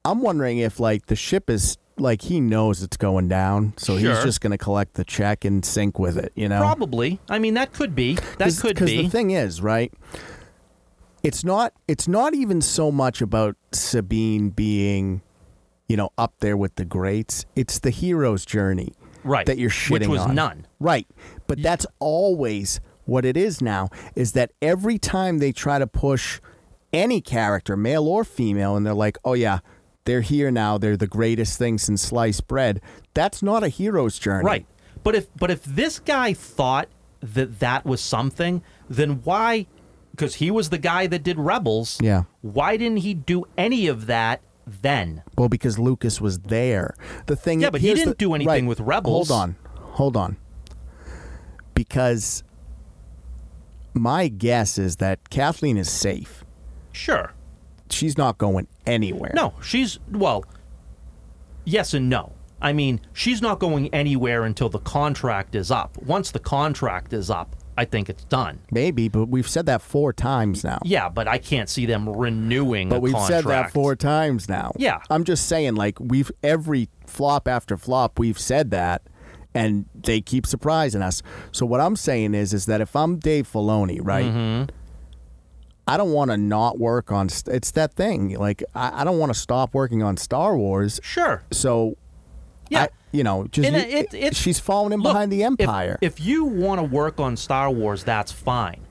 A: I'm wondering if like the ship is like he knows it's going down, so he's
B: Sure.
A: just going to collect the check and sync with it, you know.
B: Probably. I mean, that could be. That could
A: Because
B: be.
A: the thing is, right? It's not. It's not even so much about Sabine being, you know, up there with the greats. It's the hero's journey.
B: Right.
A: that you're shitting
B: Which was
A: on.
B: none.
A: Right. But that's always what it is now is that every time they try to push any character, male or female, and they're like, "Oh yeah, they're here now. They're the greatest thing since sliced bread." That's not a hero's journey.
B: Right. But if but if this guy thought that that was something, then why? Because he was the guy that did Rebels.
A: Yeah.
B: Why didn't he do any of that then?
A: Well, because Lucas was there. The thing.
B: Yeah, but he
A: here's
B: didn't
A: the-
B: do anything with Rebels.
A: Hold on, hold on. Because my guess is that Kathleen is safe.
B: Sure.
A: She's not going anywhere.
B: No, she's well. Yes and no. I mean, she's not going anywhere until the contract is up. Once the contract is up, I think it's done.
A: Maybe, but we've said that four times now.
B: Yeah, but I can't see them renewing. a
A: But we've
B: contract.
A: said that four times now.
B: Yeah.
A: I'm just saying, like, we've every flop after flop, we've said that, and they keep surprising us. So what I'm saying is, is that if I'm Dave Filoni, right?
B: Mm-hmm.
A: I don't want to not work on. st- It's that thing. Like, I, I don't want to stop working on Star Wars.
B: Sure.
A: So,
B: Yeah.
A: I, you know, just
B: And it- it's-
A: she's falling in
B: Look,
A: behind the
B: if-
A: empire.
B: If, you want to work on Star Wars, that's fine.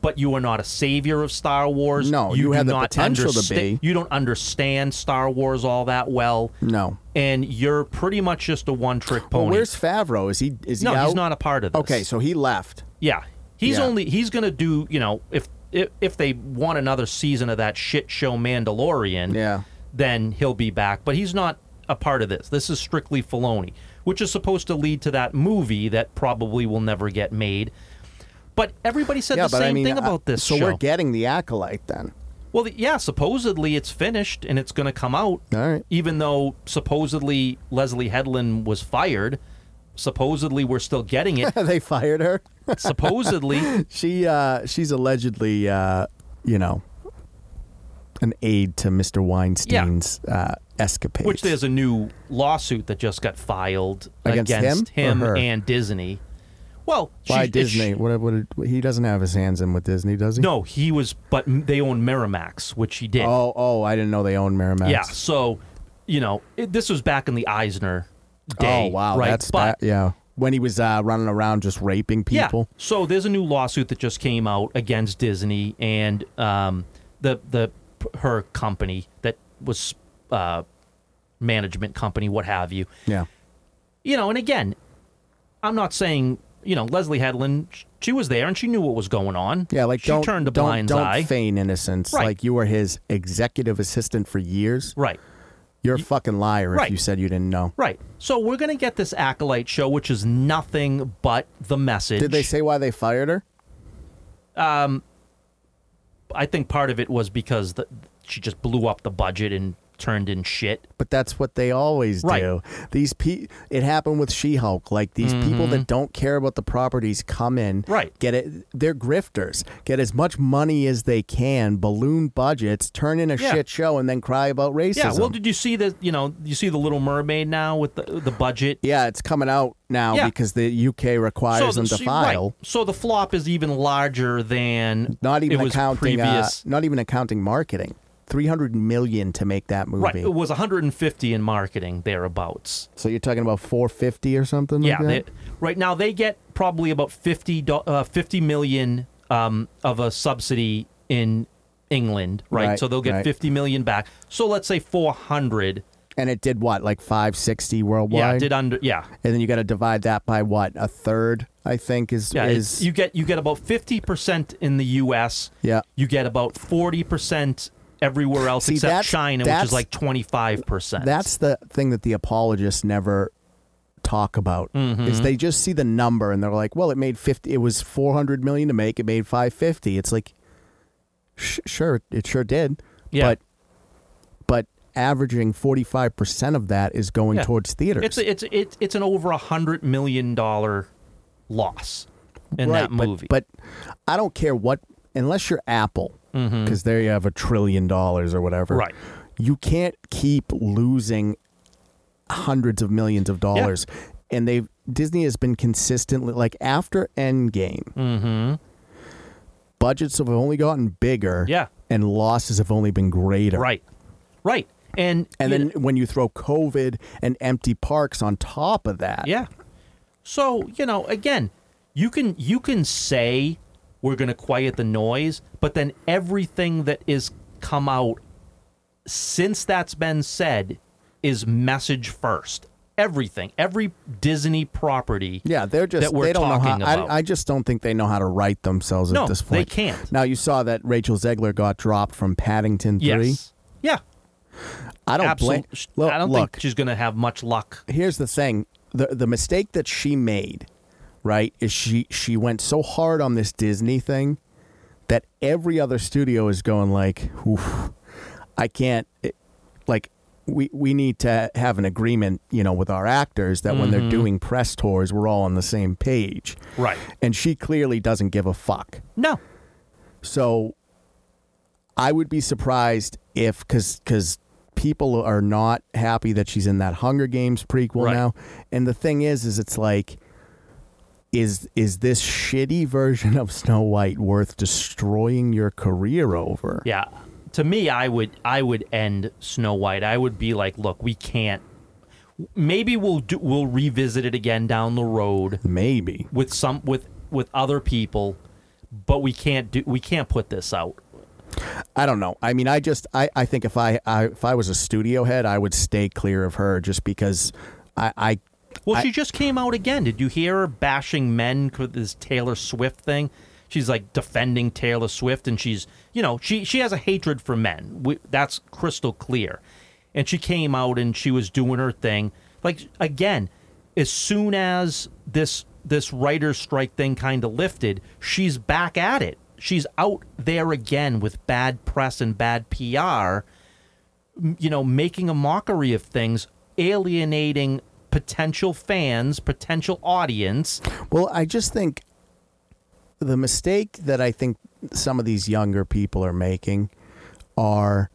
B: But you are not a savior of Star Wars.
A: No, you
B: do
A: had the
B: not
A: potential to
B: understa-
A: be. Mm.
B: You don't understand Star Wars all that well.
A: no.
B: And you're pretty much just a one trick pony.
A: Well, where's Favreau? Is he? Is
B: no,
A: he out?
B: he's not a part of this.
A: Okay, so he left.
B: Yeah. He's
A: Yeah.
B: only he's gonna do, you know, if, if if they want another season of that shit show Mandalorian,
A: Yeah.
B: then he'll be back. But he's not a part of this. This is strictly Filoni, which is supposed to lead to that movie that probably will never get made. But everybody said the same thing
A: I- uh,
B: about this
A: So
B: show.
A: we're getting the acolyte then. *laughs*
B: well, the- yeah, supposedly it's finished and it's going to come out.
A: All right.
B: Even though supposedly Leslie Headland was fired, supposedly we're still
A: *laughs*
B: getting it.
A: they fired her.
B: supposedly,
A: She uh, she's allegedly uh, you know an aide to Mr. Weinstein's uh, escapades.
B: Which there's a new lawsuit that just got filed
A: Against
B: against,
A: him or her?
B: and Disney. Well,
A: by
B: she- it's-
A: Disney. what, what, he doesn't have his hands in with Disney, does he?
B: no, he was, but m- they own Miramax, which he did.
A: Oh, oh, I didn't know they owned Merrimack.
B: yeah. So, you know, it, this was back in the Eisner day.
A: Oh wow,
B: right?
A: that's
B: but,
A: that, yeah. When he was uh, running around just raping
B: Yeah.
A: people.
B: So there's a new lawsuit that just came out against Disney and um, the the her company that was uh, management company, what have you.
A: Yeah.
B: you know, and again, I'm not saying you know Leslie Headland. sh- She was there and she knew what was going on.
A: Yeah, like
B: she
A: don't
B: turned a
A: don't,
B: blind
A: don't
B: eye.
A: feign innocence.
B: Right.
A: Like you were his executive assistant for years.
B: right,
A: You're a fucking liar if
B: Right.
A: you said you didn't know.
B: right. So we're gonna get this acolyte show, which is nothing but the message.
A: Did they say why they fired her?
B: I think part of it was because the, she just blew up the budget and turned in shit.
A: But that's what they always
B: Right.
A: do. These pe- it happened with She-Hulk. Like these
B: Mm-hmm.
A: people that don't care about the properties come in,
B: Right.
A: Get it? They're grifters. Get as much money as they can, balloon budgets, turn in a
B: Yeah.
A: shit show, and then cry about racism.
B: Yeah. Well, did you see the you know you see the Little Mermaid now with the the budget?
A: Yeah, it's coming out now
B: Yeah.
A: because the UK requires them to
B: so- right.
A: file.
B: So the flop is even larger than
A: Not even
B: it was
A: accounting. uh,
B: previous.
A: not even accounting marketing. Three hundred million to make that movie.
B: Right, it was 150 in marketing thereabouts.
A: So you're talking about four fifty or something?
B: Yeah,
A: like
B: they,
A: that?
B: right now they get probably about 50 do- uh, 50 million um, of a subsidy in England, right?
A: Right,
B: so they'll get
A: right.
B: 50 million back. So let's say 400.
A: and it did what, like five sixty worldwide?
B: Yeah, did under yeah.
A: and then you got to divide that by what a third i think is
B: Yeah, it's-
A: is
B: you get you get about 50% in the US.
A: Yeah.
B: You get about 40% everywhere else
A: See,
B: except
A: that's-
B: China, which
A: that's-
B: is like 25%.
A: that's the thing that the apologists never talk about is
B: Mm-hmm.
A: they just see the number and they're like well it made 50 it was 400 million to make it made 550 it's like sh- sure it sure did
B: Yeah.
A: but but averaging 45% of that is going
B: Yeah.
A: towards theaters
B: It's a, it's it's it's an over a hundred million dollar loss in
A: right,
B: that
A: but-
B: movie.
A: But, I don't care what, unless you're Apple, because there you have a trillion dollars or whatever.
B: Mm-hmm. Right.
A: You can't keep losing hundreds of millions of dollars, and they have Disney has been consistently like after Endgame.
B: Mm-hmm.
A: Budgets have only gotten bigger.
B: Yeah.
A: And losses have only been greater.
B: right, right, and
A: And
B: you
A: then
B: know-
A: when you throw COVID and empty parks on top of that,
B: yeah, So you know, again, you can you can say we're going to quiet the noise, but then everything that is come out since that's been said is message first. Everything, every Disney property.
A: Yeah, they're just
B: that we're
A: they don't know how.
B: talking about.
A: I, I just don't think they know how to write themselves
B: No,
A: at this
B: they
A: point.
B: can't.
A: Now you saw that Rachel Zegler got dropped from Paddington Three.
B: Yes. Yeah.
A: I don't blame.
B: Absolutely.
A: Look,
B: I don't
A: look,
B: think she's going to have much luck.
A: here's the thing: the the mistake that she made, right, is she she went so hard on this Disney thing that every other studio is going like, Oof, I can't, it- like. We, we need to have an agreement, you know, with our actors that when
B: Mm-hmm.
A: they're doing press tours, we're all on the same page.
B: Right.
A: And she clearly doesn't give a fuck.
B: No.
A: So I would be surprised if cuz cuz people are not happy that she's in that Hunger Games prequel
B: Right.
A: now. And the thing is is it's like is is this shitty version of Snow White worth destroying your career over?
B: Yeah. To me, I would I would end Snow White. I would be like, look, we can't. Maybe we'll do, we'll revisit it again down the road
A: Maybe.
B: with some with with other people, but we can't do we can't put this out.
A: I don't know. I mean, I just I, I think if I, I if I was a studio head, I would stay clear of her just because I I
B: Well,
A: I-
B: she just came out again. Did you hear her bashing men for this Taylor Swift thing? She's like defending Taylor Swift, and she's you know she she has a hatred for men. We, that's crystal clear. And she came out and she was doing her thing. Like again, as soon as this this writer's strike thing kind of lifted, she's back at it. She's out there again with bad press and bad PR you know, making a mockery of things, alienating potential fans, potential audience.
A: Well, I just think the mistake that I think some of these younger people are making are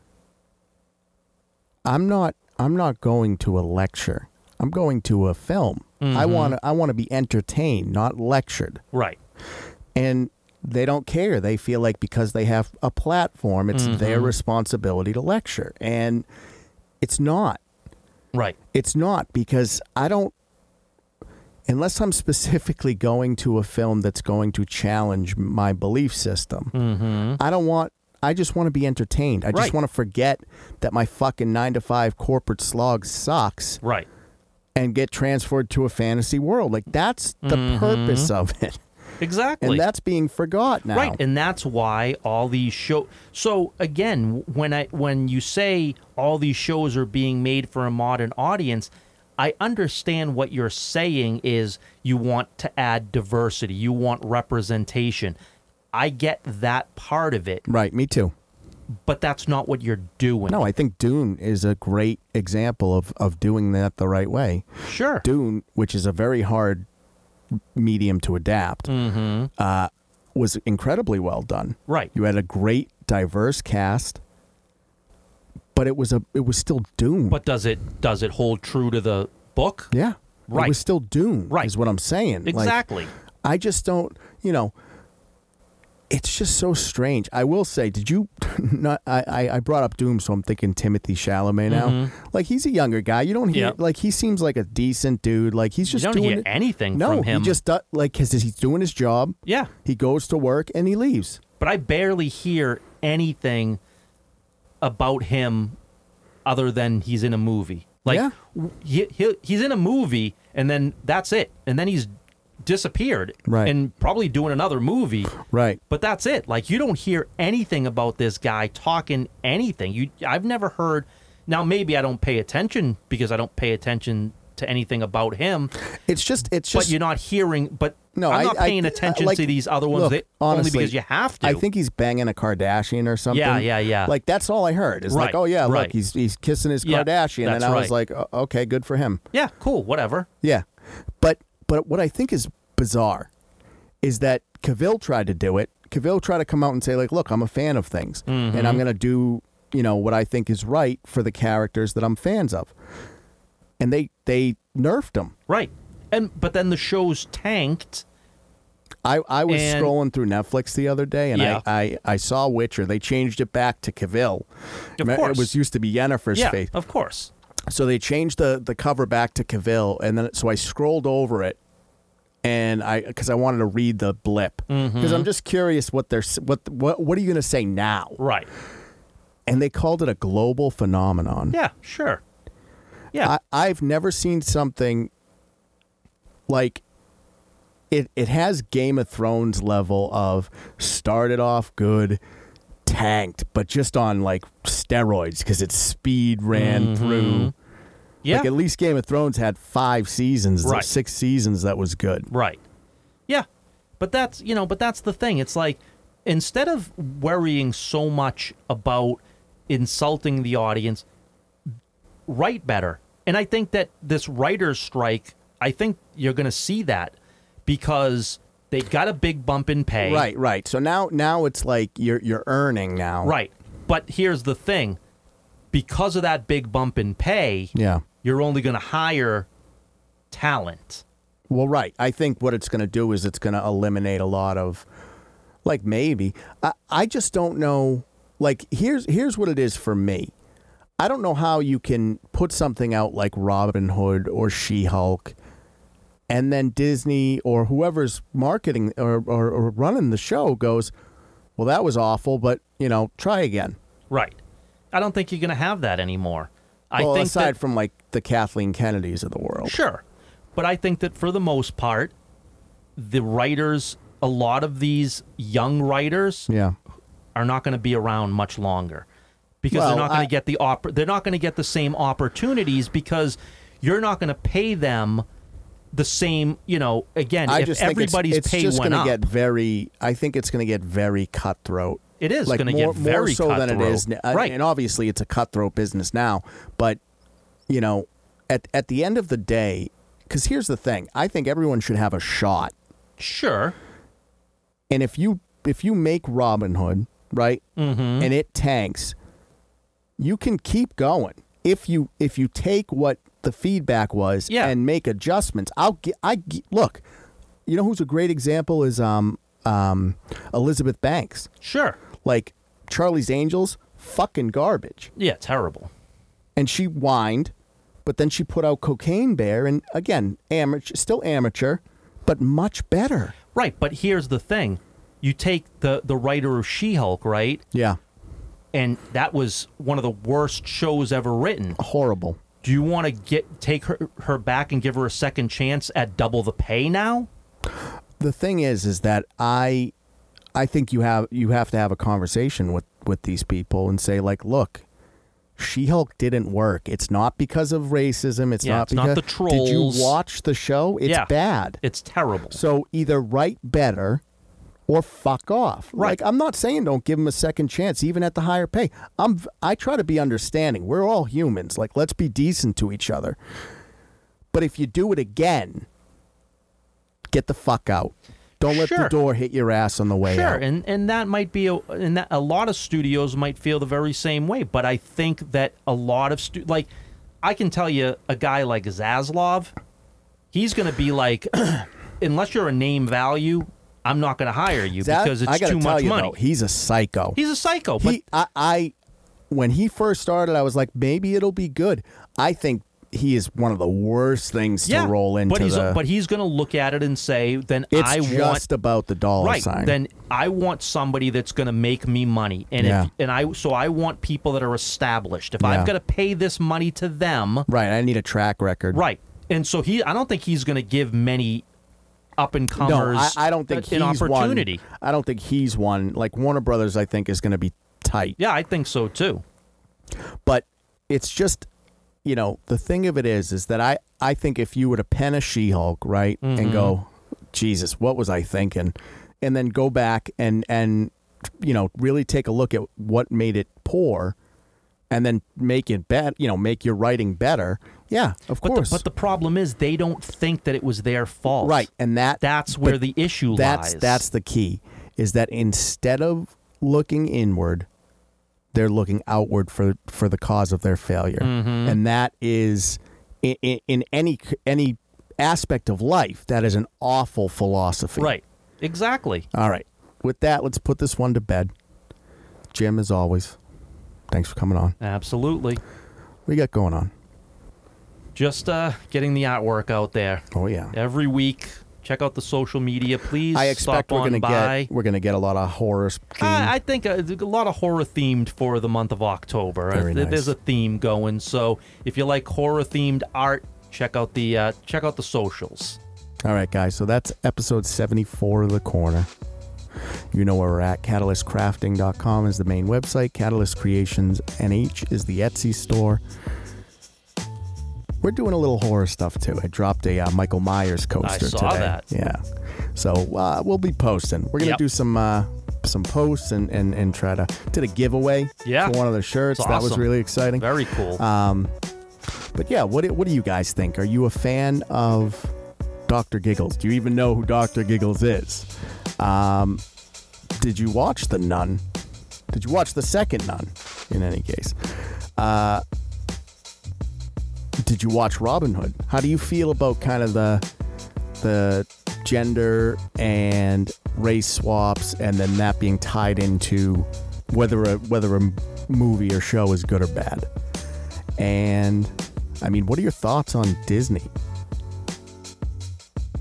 A: I'm not I'm not going to a lecture. I'm going to a film. I want to I want to be entertained, not lectured.
B: Right.
A: And they don't care. They feel like because they have a platform, it's their responsibility to lecture. And it's not.
B: Right.
A: It's not because I don't, unless I'm specifically going to a film that's going to challenge my belief system, I don't want, I just want to be entertained. I just
B: Mm-hmm. Right.
A: want to forget that my fucking nine to five corporate slog sucks
B: Right.
A: and get transferred to a fantasy world. Like that's the
B: Mm-hmm.
A: purpose of it.
B: Exactly.
A: And that's being forgot now.
B: Right, and that's why all these show. So again, when I when you say all these shows are being made for a modern audience, I understand what you're saying is you want to add diversity, you want representation. I get that part of it,
A: right. Me too.
B: but that's not what you're doing.
A: No, I think Dune is a great example of, of doing that the right way.
B: sure.
A: Dune, which is a very hard medium to adapt,
B: Mm-hmm.
A: uh, was incredibly well done.
B: Right.
A: You had a great, diverse cast, but it was a it was still Dune.
B: But does it does it hold true to the book?
A: yeah, it
B: Right.
A: was still Dune.
B: Right.
A: is what I'm saying. Like,
B: Exactly.
A: I just don't, you know. It's just so strange. I will say, did you *laughs* not? I, I, I brought up Doom, so I'm thinking Timothy Chalamet now.
B: Mm-hmm.
A: Like he's a younger guy. You don't hear
B: Yeah.
A: like he seems like a decent dude. Like he's
B: you
A: just
B: don't
A: doing
B: hear
A: it.
B: anything
A: No,
B: from him.
A: he just does, like because he's doing his job.
B: yeah,
A: He goes to work and he leaves.
B: but I barely hear anything about him other than he's in a movie. Like
A: Yeah.
B: w- he, he he's in a movie and then that's it. And then he's disappeared
A: Right.
B: and probably doing another movie.
A: Right.
B: But that's it. Like you don't hear anything about this guy talking anything. You I've never heard now maybe I don't pay attention because I don't pay attention to anything about him,
A: It's just it's
B: but
A: just
B: you're not hearing but
A: no.
B: I'm
A: I-
B: not
A: I-
B: paying
A: I-
B: attention
A: like,
B: to these other ones
A: look,
B: that,
A: honestly,
B: only because you have to.
A: I think he's banging a Kardashian or something.
B: yeah, yeah.
A: Like that's all I heard. It's like,
B: Right,
A: oh yeah, look,
B: right.
A: he's he's kissing his
B: Yeah,
A: Kardashian, and
B: that's
A: I was like,
B: right.
A: "Oh, okay, good for him.
B: Yeah, cool, whatever.
A: Yeah, but but what I think is bizarre is that Cavill tried to do it. Cavill tried to come out and say like, look, I'm a fan of things, and
B: Mm-hmm.
A: I'm gonna do you know what I think is right for the characters that I'm fans of, and they they nerfed him.
B: Right. And but then the show's tanked.
A: I, I was
B: And-
A: scrolling through Netflix the other day and
B: Yeah.
A: I, I, I saw Witcher. They changed it back to Cavill.
B: Of
A: Me- It
B: course.
A: was used to be Yennefer's
B: yeah,
A: face.
B: of course.
A: So they changed the, the cover back to Cavill and then so I scrolled over it and I because I wanted to read the blip because
B: Mm-hmm.
A: I'm just curious what they're s- what what what are you going to say now?
B: Right.
A: And they called it a global phenomenon.
B: Yeah, sure. Yeah.
A: I, I've never seen something like it. It has Game of Thrones level of started off good, tanked, but just on like steroids because its speed
B: Mm-hmm.
A: ran through.
B: yeah.
A: Like at least Game of Thrones had five seasons,
B: Right.
A: six seasons that was good.
B: Right. Yeah. But that's, you know, but that's the thing. It's like instead of worrying so much about insulting the audience, write better. And I think that this writer's strike, I think you're going to see that because they got a big bump in pay.
A: Right, right. So now, now it's like you're you're earning now.
B: Right. But here's the thing because of that big bump in pay,
A: Yeah.
B: you're only going to hire talent.
A: Well, right. I think what it's going to do is it's going to eliminate a lot of, like maybe I, I just don't know. Like here's here's what it is for me. I don't know how you can put something out like Robin Hood or She Hulk, and then Disney or whoever's marketing or, or, or running the show goes, well, that was awful, but you know, try again.
B: Right. I don't think you're going to have that anymore. I
A: well,
B: think
A: aside
B: that,
A: from like the Kathleen Kennedys of the world,
B: sure, but I think that for the most part, the writers, a lot of these young writers,
A: yeah.
B: are not going to be around much longer because
A: Well,
B: they're not going
A: I-
B: to get the oppor- they're not going to get the same opportunities because you're not going to pay them the same. You know, again,
A: I
B: if
A: just think it's-
B: everybody's
A: it's,
B: pay
A: just
B: went
A: gonna
B: up,
A: get very. I think it's going to get very cutthroat.
B: It is
A: like
B: gonna
A: more,
B: get very
A: more so than it is uh,
B: cutthroat.
A: now.
B: Right.
A: And obviously, it's a cutthroat business now. But you know, at at the end of the day, because here's the thing: I think everyone should have a shot.
B: sure,
A: And if you if you make Robin Hood right, and it tanks, you can keep going. If you if you take what the feedback was
B: Yeah.
A: and make adjustments, I'll gi- I gi- look. You know who's a great example is um um Elizabeth Banks.
B: sure,
A: Like Charlie's Angels, fucking garbage.
B: yeah, terrible.
A: And she whined, but then she put out Cocaine Bear, and again amateur, still amateur, but much better.
B: Right, but here's the thing: you take the the writer of She-Hulk, right,
A: Yeah,
B: and that was one of the worst shows ever written.
A: horrible.
B: Do you want to get take her her back and give her a second chance at double the pay now?
A: the thing is is that i i think you have you have to have a conversation with with these people and say like look she-hulk didn't work it's not because of racism it's
B: Yeah,
A: not
B: it's
A: because
B: not the
A: did you
B: trolls.
A: watch the show it's
B: Yeah.
A: bad
B: It's terrible.
A: so either write better or fuck off.
B: Right.
A: Like I'm not saying don't give them a second chance, even at the higher pay. I'm I try to be understanding. We're all humans. Like let's be decent to each other. But if you do it again, get the fuck out. Don't let the
B: Sure.
A: door hit your ass on the way
B: Sure,
A: out.
B: and and that might be a and that a lot of studios might feel the very same way. But I think that a lot of stu- like I can tell you a guy like Zaslav, he's going to be like, *clears throat* unless you're a name value, I'm not going to hire you
A: That-
B: because
A: I
B: it's
A: gotta
B: too
A: tell
B: much
A: you
B: money.
A: though, he's a psycho.
B: he's a psycho, but
A: he, I, I, when he first started, I was like, maybe it'll be good. I think he is one of the worst things
B: yeah,
A: to roll into.
B: but he's
A: the,
B: but he's going to look at it and say, then
A: it's
B: I
A: just
B: want
A: about the dollar
B: right
A: sign.
B: then I want somebody that's going to make me money, and
A: Yeah.
B: if, and I so I want people that are established. If
A: Yeah.
B: I've got to pay this money to them.
A: Right, I need a track record.
B: Right. And so he, I don't think he's going to give many up and
A: No,
B: comers.
A: I, I don't think he's
B: an opportunity.
A: One, I don't think he's one. Like Warner Brothers, I think is going to be tight.
B: Yeah, I think so too.
A: But it's just, you know, the thing of it is, is that I, I think if you were to pen a She-Hulk, right, and go,
B: Mm-hmm.
A: Jesus, what was I thinking? And then go back and and you know really take a look at what made it poor, and then make it bet, you know, make your writing better. Yeah, of
B: But
A: course.
B: the, but the problem is they don't think that it was their fault.
A: right, and that
B: That's
A: but
B: where the issue
A: that's
B: lies.
A: that's the key is that instead of looking inward they're looking outward for for the cause of their failure
B: Mm-hmm.
A: and that is in, in, in any any aspect of life that is an awful philosophy
B: right. Exactly.
A: all right with that let's put this one to bed jim as always thanks for coming on
B: Absolutely.
A: what you got going on
B: Just uh, getting the artwork out there
A: oh yeah
B: every week. Check out the social media, please.
A: I expect
B: Stop
A: we're
B: on
A: gonna
B: by.
A: get we're gonna get a lot of horror.
B: I, I think uh, a, a lot of horror themed for the month of October.
A: Very
B: Th- There's a
A: nice.
B: theme going, so if you like horror themed art, check out the uh, check out the socials.
A: All right, guys. So that's episode 74 of The Corner. You know where we're at. CatalystCrafting.com is the main website. Catalyst Creations NH is the Etsy store. We're doing a little horror stuff too. I dropped a uh, Michael Myers coaster
B: saw
A: today.
B: that.
A: Yeah. So uh, we'll be posting. We're gonna
B: Yep.
A: do some uh, some posts and, and and try to did a giveaway
B: Yeah.
A: for one of the shirts.
B: It's
A: that was
B: awesome.
A: really exciting.
B: Very cool.
A: But yeah, what do- what do you guys think? Are you a fan of Doctor Giggles? Do you even know who Doctor Giggles is? Um, did you watch the Nun? Did you watch the second Nun? In any case, uh, did you watch Robin Hood? How do you feel about kind of the the gender and race swaps, and then that being tied into whether a whether a movie or show is good or bad? And I mean, what are your thoughts on Disney?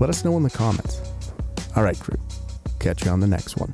A: Let us know in the comments. All right, crew. Catch you on the next one.